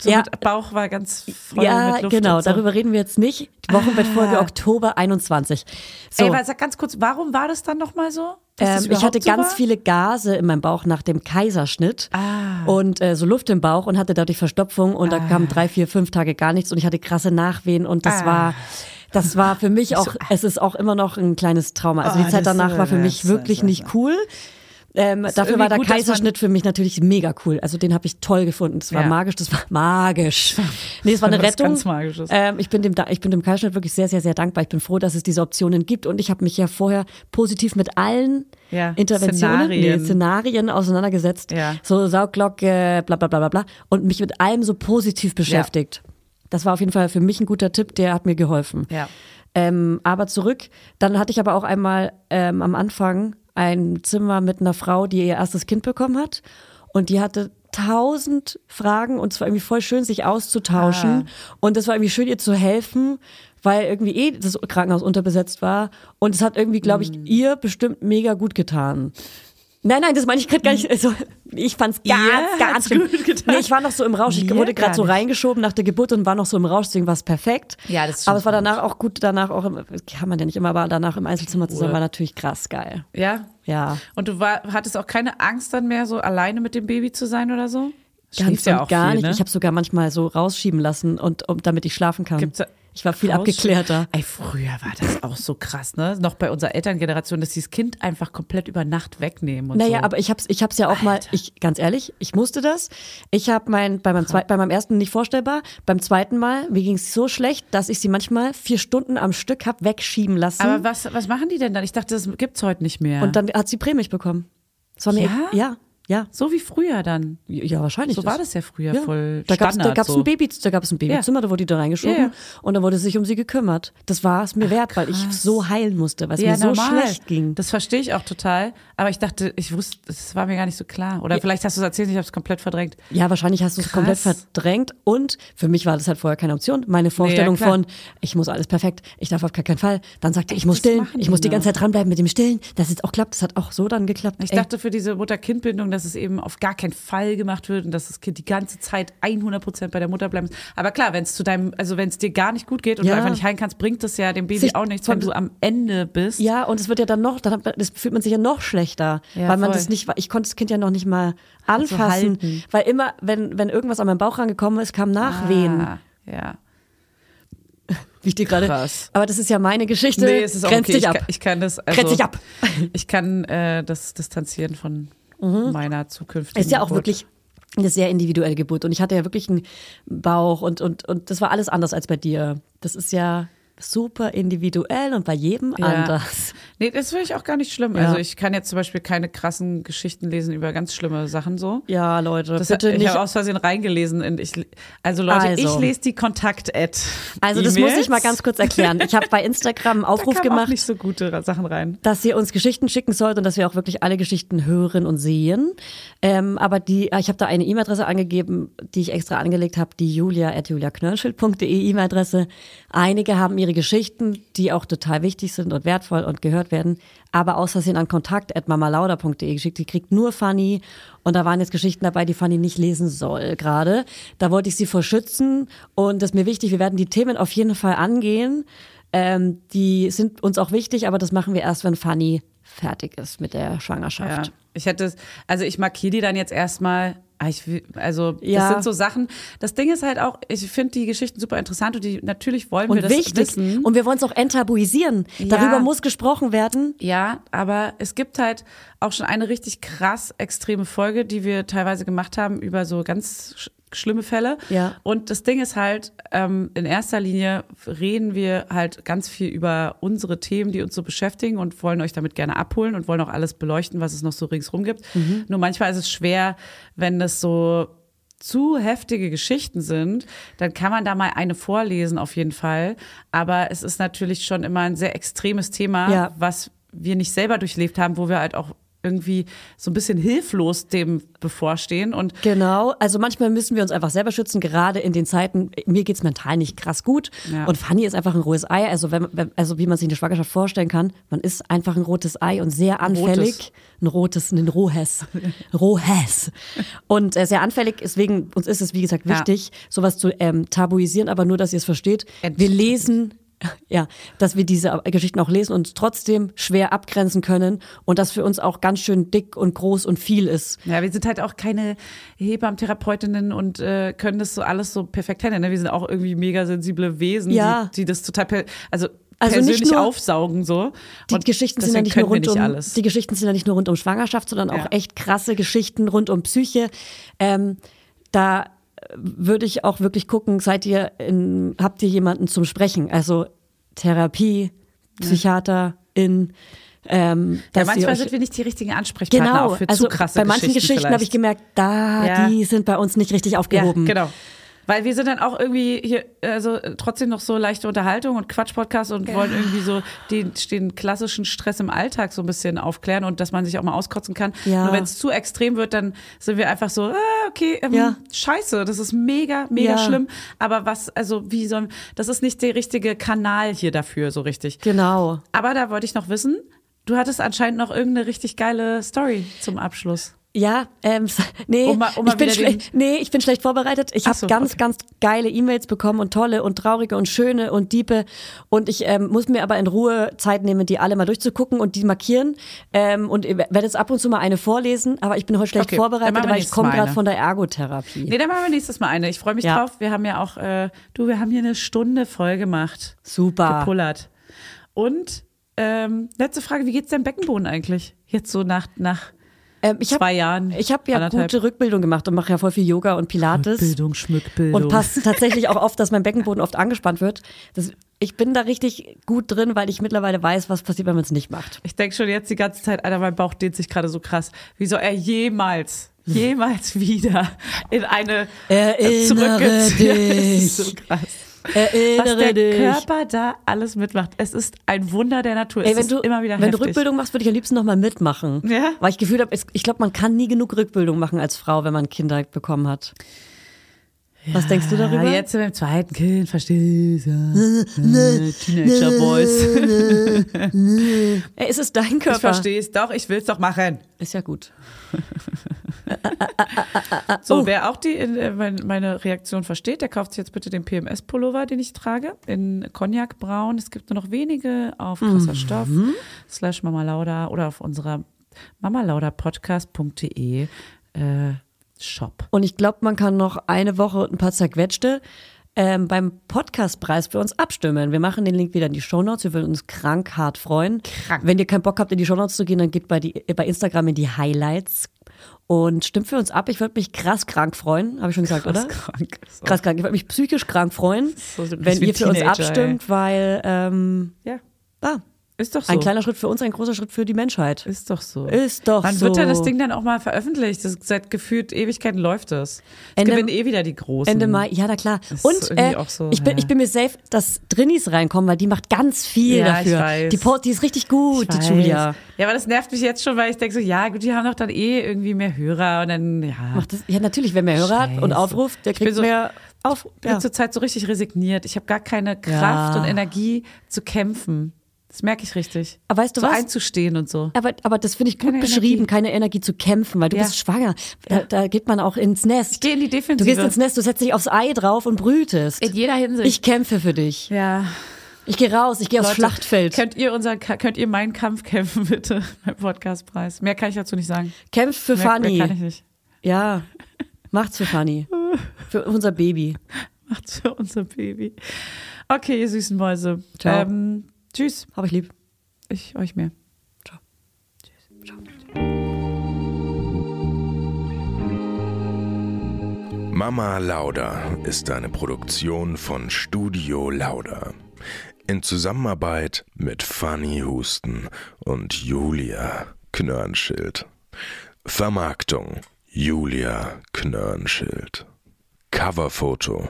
S4: So
S1: ja,
S4: mit Bauch war ganz voll
S1: ja
S4: mit Luft
S1: genau,
S4: und so.
S1: darüber reden wir jetzt nicht. Die Wochenbettfolge
S4: Ah.
S1: Oktober 21. So.
S4: Ey, weil, sag ganz kurz, warum war das dann nochmal so? dass das
S1: Ähm, ich hatte
S4: überhaupt so
S1: ganz
S4: war?
S1: viele Gase in meinem Bauch nach dem Kaiserschnitt
S4: Ah.
S1: und äh, so Luft im Bauch und hatte dadurch Verstopfung und da kamen drei, vier, fünf Tage gar nichts und ich hatte krasse Nachwehen und das
S4: Ah.
S1: war, das war für mich auch, es ist auch immer noch ein kleines Trauma. Also
S4: Oh,
S1: die Zeit
S4: das-
S1: danach war für mich
S4: das-
S1: wirklich
S4: das-
S1: nicht cool. Ähm, dafür
S4: irgendwie
S1: war der
S4: gut, dass man-
S1: Kaiserschnitt für mich natürlich mega cool. Also den habe ich toll gefunden. Das war
S4: Ja.
S1: magisch, das war magisch. Nee, es war eine
S4: Was
S1: Rettung.
S4: ganz Magisches.
S1: Ähm, ich bin dem, da- ich bin dem Kaiserschnitt wirklich sehr, sehr, sehr dankbar. Ich bin froh, dass es diese Optionen gibt und ich habe mich ja vorher positiv mit allen
S4: Ja,
S1: Interventionen,
S4: Szenarien.
S1: Nee, Szenarien auseinandergesetzt.
S4: Ja.
S1: So Sauglocke, bla bla bla bla bla. Und mich mit allem so positiv beschäftigt. Das war auf jeden Fall für mich ein guter Tipp, der hat mir geholfen.
S4: Ja.
S1: Ähm, aber zurück, dann hatte ich aber auch einmal ähm, am Anfang ein Zimmer mit einer Frau, die ihr erstes Kind bekommen hat. Und die hatte tausend Fragen und es war irgendwie voll schön, sich auszutauschen.
S4: Ah.
S1: Und es war irgendwie schön, ihr zu helfen, weil irgendwie eh das Krankenhaus unterbesetzt war. Und es hat irgendwie, glaube
S4: Hm.
S1: ich, ihr bestimmt mega gut getan. Nein, nein, das meine ich gerade gar nicht. Also, ich fand's ganz,
S4: Ihr hat's
S1: ganz schlimm.
S4: gut getan.
S1: Nee, ich war noch so im Rausch. Ich
S4: Mir
S1: wurde gerade
S4: gar
S1: so
S4: nicht.
S1: reingeschoben nach der Geburt und war noch so im Rausch, deswegen war es perfekt.
S4: Ja, das ist
S1: Aber
S4: schon
S1: es war danach auch gut, danach auch im, kann man ja nicht immer, aber danach im Einzelzimmer zusammen war natürlich krass geil.
S4: Ja.
S1: Ja.
S4: Und du war, hattest auch keine Angst dann mehr, so alleine mit dem Baby zu sein oder so?
S1: Ganz und gar nicht.
S4: ne?
S1: Ich habe sogar manchmal so rausschieben lassen und um, damit ich schlafen kann.
S4: Gibt's da-
S1: ich war viel
S4: Raus-
S1: abgeklärter.
S4: Ey, früher war das auch so krass, ne? Noch bei unserer Elterngeneration, dass sie das Kind einfach komplett über Nacht wegnehmen und
S1: Naja,
S4: so.
S1: aber ich hab's, ich hab's ja auch mal,
S4: Alter.
S1: ich, ganz ehrlich, ich musste das. Ich habe mein, bei meinem zweiten, bei meinem ersten nicht vorstellbar, beim zweiten Mal, mir ging's so schlecht, dass ich sie manchmal vier Stunden am Stück hab wegschieben lassen.
S4: Aber was, was machen die denn dann? Ich dachte, das gibt's heute nicht mehr.
S1: und dann hat sie Prämilch bekommen. Das war eine,
S4: Ja?
S1: ja, ja.
S4: so wie früher dann.
S1: Ja, wahrscheinlich.
S4: So war das ja früher voll
S1: Da gab es da
S4: Standard
S1: gab's
S4: so.
S1: ein, Baby, da gab's ein Babyzimmer, da wurde die da reingeschoben
S4: Ja, ja.
S1: und dann wurde sich um sie gekümmert. Das war es mir wert, weil ich so heilen musste, weil es mir so schlecht ging.
S4: Das verstehe ich auch total. Aber ich dachte, ich wusste, es war mir gar nicht so klar. Oder vielleicht hast du es erzählt, ich habe es komplett verdrängt.
S1: Ja, wahrscheinlich hast du es
S4: Krass.
S1: komplett verdrängt und für mich war das halt vorher keine Option. Meine Vorstellung
S4: klar.
S1: von, ich muss alles perfekt, ich darf auf gar keinen Fall. Dann sagte ich, ich muss
S4: das
S1: stillen,
S4: machen
S1: ich muss die
S4: die
S1: ganze Zeit dranbleiben mit dem Stillen, dass es auch klappt. Das hat auch so dann geklappt.
S4: Ich
S1: Ey,
S4: dachte für diese Mutter-Kind-Bindung, dass es eben auf gar keinen Fall gemacht wird und dass das Kind die ganze Zeit 100 Prozent bei der Mutter bleiben muss. Aber klar, wenn es zu deinem, also wenn es dir gar nicht gut geht und
S1: Ja.
S4: du einfach nicht heilen kannst, bringt das ja dem Baby
S1: Sich
S4: auch nichts,
S1: von-
S4: wenn du am Ende bist.
S1: ja, und es wird ja dann noch, dann hat man- das fühlt man sich ja noch schlechter, weil
S4: Ja,
S1: man
S4: voll. Also
S1: das nicht, ich konnte das Kind ja noch nicht mal anfassen,
S4: halten.
S1: weil immer, wenn, wenn irgendwas an meinem Bauch rangekommen ist, kam Nachwehen.
S4: Ah, ja.
S1: wie ich dir gerade.
S4: Krass.
S1: Aber das ist ja meine Geschichte.
S4: Nee, es ist auch
S1: Grenzt
S4: okay.
S1: dich
S4: ich,
S1: ab.
S4: Kann, ich kann das. Also,
S1: Grenzt dich ab.
S4: Ich kann äh, das distanzieren von meiner zukünftigen.
S1: Mhm. Ist ja auch
S4: Geburt.
S1: wirklich eine sehr individuelle Geburt. Und ich hatte ja wirklich einen Bauch und, und, und das war alles anders als bei dir. Das ist ja super individuell und bei jedem anders.
S4: Nee, das finde ich auch gar nicht schlimm.
S1: Ja.
S4: Also ich kann jetzt zum Beispiel keine krassen Geschichten lesen über ganz schlimme Sachen so.
S1: Ja, Leute,
S4: Das
S1: bitte
S4: ich
S1: nicht.
S4: habe aus Versehen reingelesen. Und ich, also Leute,
S1: Also.
S4: ich lese die Kontakt-Ad.
S1: Also das muss ich mal ganz kurz erklären. Ich habe bei Instagram einen Aufruf
S4: da kamen Auch
S1: gemacht,
S4: nicht so gute Ra- Sachen rein.
S1: dass ihr uns Geschichten schicken sollt und dass wir auch wirklich alle Geschichten hören und sehen. Ähm, aber die, ich habe da eine E-Mail-Adresse angegeben, die ich extra angelegt habe, die julia.juliaknirschel.de E-Mail-Adresse. Einige haben ihre Geschichten, die auch total wichtig sind und wertvoll und gehört werden, aber aus Versehen an kontakt.mamalauda.de geschickt. Die kriegt nur Fanny und da waren jetzt Geschichten dabei, die Fanny nicht lesen soll gerade. Da wollte ich sie vor schützen und das ist mir wichtig, wir werden die Themen auf jeden Fall angehen. Ähm, die sind uns auch wichtig, aber das machen wir erst, wenn Fanny fertig ist mit der
S4: Ja.
S1: Schwangerschaft.
S4: Ich hätte es, also ich markiere die dann jetzt erstmal. Ah, Ich, will- also
S1: Ja.
S4: das sind so Sachen. Das Ding ist halt auch, ich finde die Geschichten super interessant und die natürlich wollen wir
S1: Und
S4: das
S1: wichtig.
S4: wissen.
S1: Und wir wollen es auch enttabuisieren.
S4: Ja.
S1: Darüber muss gesprochen werden.
S4: Ja, aber es gibt halt auch schon eine richtig krass extreme Folge, die wir teilweise gemacht haben über so ganz sch schlimme Fälle.
S1: Ja.
S4: Und das Ding ist halt, ähm, in erster Linie reden wir halt ganz viel über unsere Themen, die uns so beschäftigen und wollen euch damit gerne abholen und wollen auch alles beleuchten, was es noch so ringsrum gibt.
S1: Mhm.
S4: Nur manchmal ist es schwer, wenn das so zu heftige Geschichten sind, dann kann man da mal eine vorlesen auf jeden Fall. Aber es ist natürlich schon immer ein sehr extremes Thema,
S1: Ja.
S4: was wir nicht selber durchlebt haben, wo wir halt auch irgendwie so ein bisschen hilflos dem bevorstehen. Und
S1: Genau, also manchmal müssen wir uns einfach selber schützen, gerade in den Zeiten, mir geht's mental nicht krass gut
S4: Ja.
S1: und Fanny ist einfach ein rohes Ei, also, wenn, wenn, also wie man sich eine Schwangerschaft vorstellen kann, man ist einfach ein rotes Ei und sehr anfällig, ein rotes, ein rohes, rohes und äh, sehr anfällig, deswegen uns ist es wie gesagt
S4: Ja.
S1: wichtig, sowas zu ähm, tabuisieren, aber nur, dass ihr es versteht,
S4: Ent-
S1: wir lesen... Ja, dass wir diese Geschichten auch lesen und trotzdem schwer abgrenzen können und das für uns auch ganz schön dick und groß und viel ist.
S4: ja, wir sind halt auch keine Hebammentherapeutinnen und äh, können das so alles so perfekt handeln. Ne? Wir sind auch irgendwie mega sensible Wesen,
S1: Ja.
S4: die, die das total, per also,
S1: Also nicht
S4: persönlich
S1: nur-
S4: aufsaugen so.
S1: Die
S4: Und
S1: Geschichten sind ja
S4: deswegen
S1: nicht nur
S4: können wir
S1: rund um
S4: alles.
S1: die Geschichten sind ja nicht nur rund um Schwangerschaft, sondern
S4: Ja.
S1: auch echt krasse Geschichten rund um Psyche. Ähm, da äh, würde ich auch wirklich gucken, seid ihr in, habt ihr jemanden zum Sprechen? Also Therapie, Psychiater, in ähm,
S4: ja,
S1: dass ihr
S4: manchmal
S1: euch-
S4: sind wir nicht die richtigen Ansprechpartner
S1: genau,
S4: auch für
S1: also
S4: zu krasse
S1: bei manchen Geschichten, habe ich
S4: vielleicht.
S1: gemerkt, da
S4: Ja.
S1: die sind bei uns nicht richtig aufgehoben.
S4: Ja, genau. Weil wir sind dann auch irgendwie hier, also äh, trotzdem noch so leichte Unterhaltung und Quatsch-Podcast und wollen irgendwie so den, den klassischen Stress im Alltag so ein bisschen aufklären und dass man sich auch mal auskotzen kann.
S1: Ja.
S4: Nur wenn es zu extrem wird, dann sind wir einfach so, ah, okay, ähm,
S1: Ja.
S4: scheiße, das ist mega, mega
S1: Ja.
S4: schlimm. Aber was, also wie soll, das ist nicht der richtige Kanal hier dafür so richtig.
S1: Genau.
S4: Aber da wollte ich noch wissen, du hattest anscheinend noch irgendeine richtig geile Story zum Abschluss.
S1: Ja, ähm, s- nee,
S4: Um mal- um mal
S1: ich bin
S4: wieder
S1: schle- nee, ich bin schlecht vorbereitet. Ich
S4: Ach
S1: habe
S4: so,
S1: ganz,
S4: okay.
S1: ganz geile E-Mails bekommen und tolle und traurige und schöne und diepe. Und ich ähm, muss mir aber in Ruhe Zeit nehmen, die alle mal durchzugucken und die markieren. Ähm, und ich werde jetzt ab und zu mal eine vorlesen, aber ich bin heute schlecht
S4: Okay, dann machen
S1: vorbereitet,
S4: wir
S1: weil ich
S4: nächstes
S1: komme
S4: Mal
S1: gerade
S4: eine.
S1: von der Ergotherapie.
S4: Nee, dann machen wir nächstes Mal eine. Ich freue mich
S1: Ja.
S4: drauf. Wir haben ja auch, äh, du, wir haben hier eine Stunde voll gemacht.
S1: Super.
S4: Gepullert. Und ähm, letzte Frage, wie geht's deinem Beckenboden eigentlich? Jetzt so nach, nach
S1: Ähm, ich hab-
S4: zwei Jahren.
S1: Ich habe ja
S4: anderthalb.
S1: gute Rückbildung gemacht und mache ja voll viel Yoga und Pilates.
S4: Bildung, Schmückbildung.
S1: Und passt tatsächlich auch oft, dass mein Beckenboden oft angespannt wird. Das, ich bin da richtig gut drin, weil ich mittlerweile weiß, was passiert, wenn man es nicht macht.
S4: Ich denke schon jetzt die ganze Zeit, Alter, mein Bauch dehnt sich gerade so krass. Wie soll er jemals, jemals wieder in eine
S1: Hm. Erinnere
S4: zurückgezogen- Ja, das ist so
S1: dich.
S4: krass. Was
S1: Erinnere
S4: der
S1: dich.
S4: Körper da alles mitmacht. Es ist ein Wunder der Natur.
S1: Ey,
S4: es
S1: wenn
S4: ist
S1: du,
S4: immer wieder
S1: wenn
S4: heftig.
S1: du Rückbildung machst, würde ich am liebsten nochmal mitmachen.
S4: Ja?
S1: Weil ich gefühlt habe, ich glaube, man kann nie genug Rückbildung machen als Frau, wenn man Kinder bekommen hat. Was denkst du darüber?
S4: Ja, Ah, jetzt beim zweiten Kind, verstehst du? Äh, Teenager Boys.
S1: Ey, es ist dein
S4: Ich
S1: Körper.
S4: versteh's doch, ich will's doch machen.
S1: Ist ja gut.
S4: So, wer auch die, äh, mein- meine Reaktion versteht, der kauft sich jetzt bitte den PMS-Pullover, den ich trage, in Cognac Braun. Es gibt nur noch wenige auf krasser Stoff, slash Mama Lauda oder auf unserer mamalauda-podcast.de äh, Shop.
S1: Und ich glaube, man kann noch eine Woche und ein paar zerquetschte ähm, beim Podcastpreis für uns abstimmen. Wir machen den Link wieder in die Shownotes. Wir würden uns krank hart freuen.
S5: Krank.
S1: Wenn ihr keinen Bock habt, in die Shownotes zu gehen, dann geht bei, die, bei Instagram in die Highlights und stimmt für uns ab. Ich würde mich krass krank freuen, habe ich schon gesagt,
S4: Krass
S1: oder?
S4: krank. So.
S1: Krass krank. Ich würde mich psychisch krank freuen,
S4: So ein bisschen
S1: wenn ihr für uns
S4: Teenager,
S1: abstimmt, weil ähm,
S4: Ja.
S1: ah,
S4: Ist doch so.
S1: ein kleiner Schritt für uns, ein großer Schritt für die Menschheit.
S4: Ist doch so.
S1: Ist doch
S4: Wann
S1: so.
S4: wird denn das Ding dann auch mal veröffentlicht? Das, seit gefühlt Ewigkeiten läuft das. Es
S1: Ende-
S4: gewinnen eh wieder die Großen.
S1: Ende Mai, ja, na klar.
S4: Das ist
S1: Und
S4: irgendwie
S1: äh,
S4: auch so,
S1: ich, bin,
S4: hä?
S1: ich bin mir safe, dass Drinis reinkommen, weil die macht ganz viel
S4: Ja,
S1: dafür.
S4: ich weiß.
S1: Die, Post, die ist richtig gut,
S4: Ich
S1: die
S4: weiß.
S1: Julia.
S4: Ja, aber das nervt mich jetzt schon, weil ich denke so, ja, gut, die haben doch dann eh irgendwie mehr Hörer und dann, ja.
S1: Macht das, ja, natürlich, wer mehr Hörer hat und
S4: Scheiße.
S1: aufruft, der
S4: Ich bin
S1: kriegt
S4: so-
S1: mehr auf.
S4: Ich bin
S1: Ja.
S4: zurzeit so richtig resigniert. Ich habe gar keine Kraft und Energie zu kämpfen. Das merke ich richtig.
S1: Aber weißt du
S4: so
S1: was?
S4: einzustehen und so.
S1: Aber, aber das finde ich gut
S4: Keine
S1: beschrieben,
S4: Energie.
S1: keine Energie zu kämpfen, weil du
S4: Ja.
S1: bist schwanger. Da, da geht man auch ins Nest. Ich
S4: geh in die
S1: Du
S4: Defensive.
S1: gehst ins Nest, du setzt dich aufs Ei drauf und brütest.
S4: jeder Hinsicht.
S1: Ich kämpfe für dich.
S4: ja.
S1: Ich gehe raus, ich gehe aufs
S4: Leute,
S1: Schlachtfeld.
S4: Könnt ihr, unser, könnt ihr meinen Kampf kämpfen, bitte, beim Podcastpreis? Mehr kann ich dazu nicht sagen.
S1: Kämpf für
S4: Mehr, mehr kann ich
S1: Fanny.
S4: nicht.
S1: Ja, macht's für Fanny. Für unser Baby.
S4: Macht's für unser Baby. Okay, ihr süßen Mäuse.
S1: Ciao.
S4: Ähm, tschüss.
S1: Hab ich lieb.
S4: Ich euch mehr.
S1: Ciao.
S3: Mama Lauda ist eine Produktion von Studio Lauda. In Zusammenarbeit mit Fanny Husten und Julia Knörnschild. Vermarktung Julia Knörnschild. Coverfoto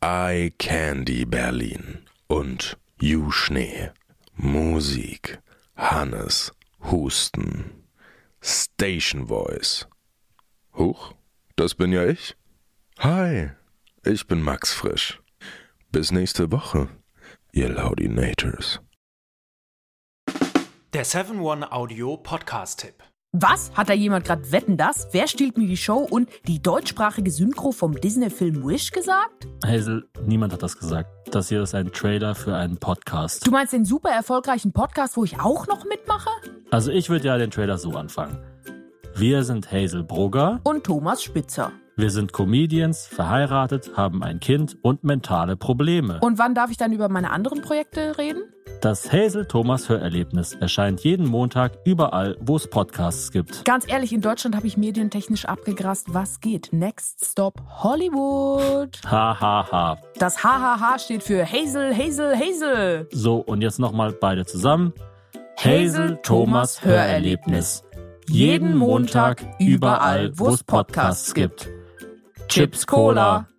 S3: Eye Candy Berlin und You Schnee. Musik Hannes Husten. Station Voice. Huch, das bin ja ich. Hi, ich bin Max Frisch. Bis nächste Woche, ihr Laudinators.
S6: Der 7-One Audio Podcast-Tipp.
S7: Was? Hat da jemand gerade Wetten das? Wer stiehlt mir die Show und die deutschsprachige Synchro vom Disney-Film Wish gesagt?
S8: Hazel, niemand hat das gesagt. Das hier ist ein Trailer für einen Podcast.
S7: Du meinst den super erfolgreichen Podcast, wo ich auch noch mitmache?
S8: Also ich würde ja den Trailer so anfangen. Wir sind Hazel Brugger,
S7: Und Thomas Spitzer.
S8: wir sind Comedians, verheiratet, haben ein Kind und mentale Probleme.
S7: Und wann darf ich dann über meine anderen Projekte reden?
S8: Das Hazel Thomas Hörerlebnis erscheint jeden Montag überall, wo es Podcasts gibt.
S7: Ganz ehrlich, in Deutschland habe ich medientechnisch abgegrast, was geht. Next Stop Hollywood.
S8: Ha ha ha.
S7: Das HHH steht für Hazel, Hazel, Hazel.
S8: So und jetzt nochmal beide zusammen.
S7: Hazel Thomas Hörerlebnis. Jeden Montag überall, wo es Podcasts gibt.
S8: Chips Cola.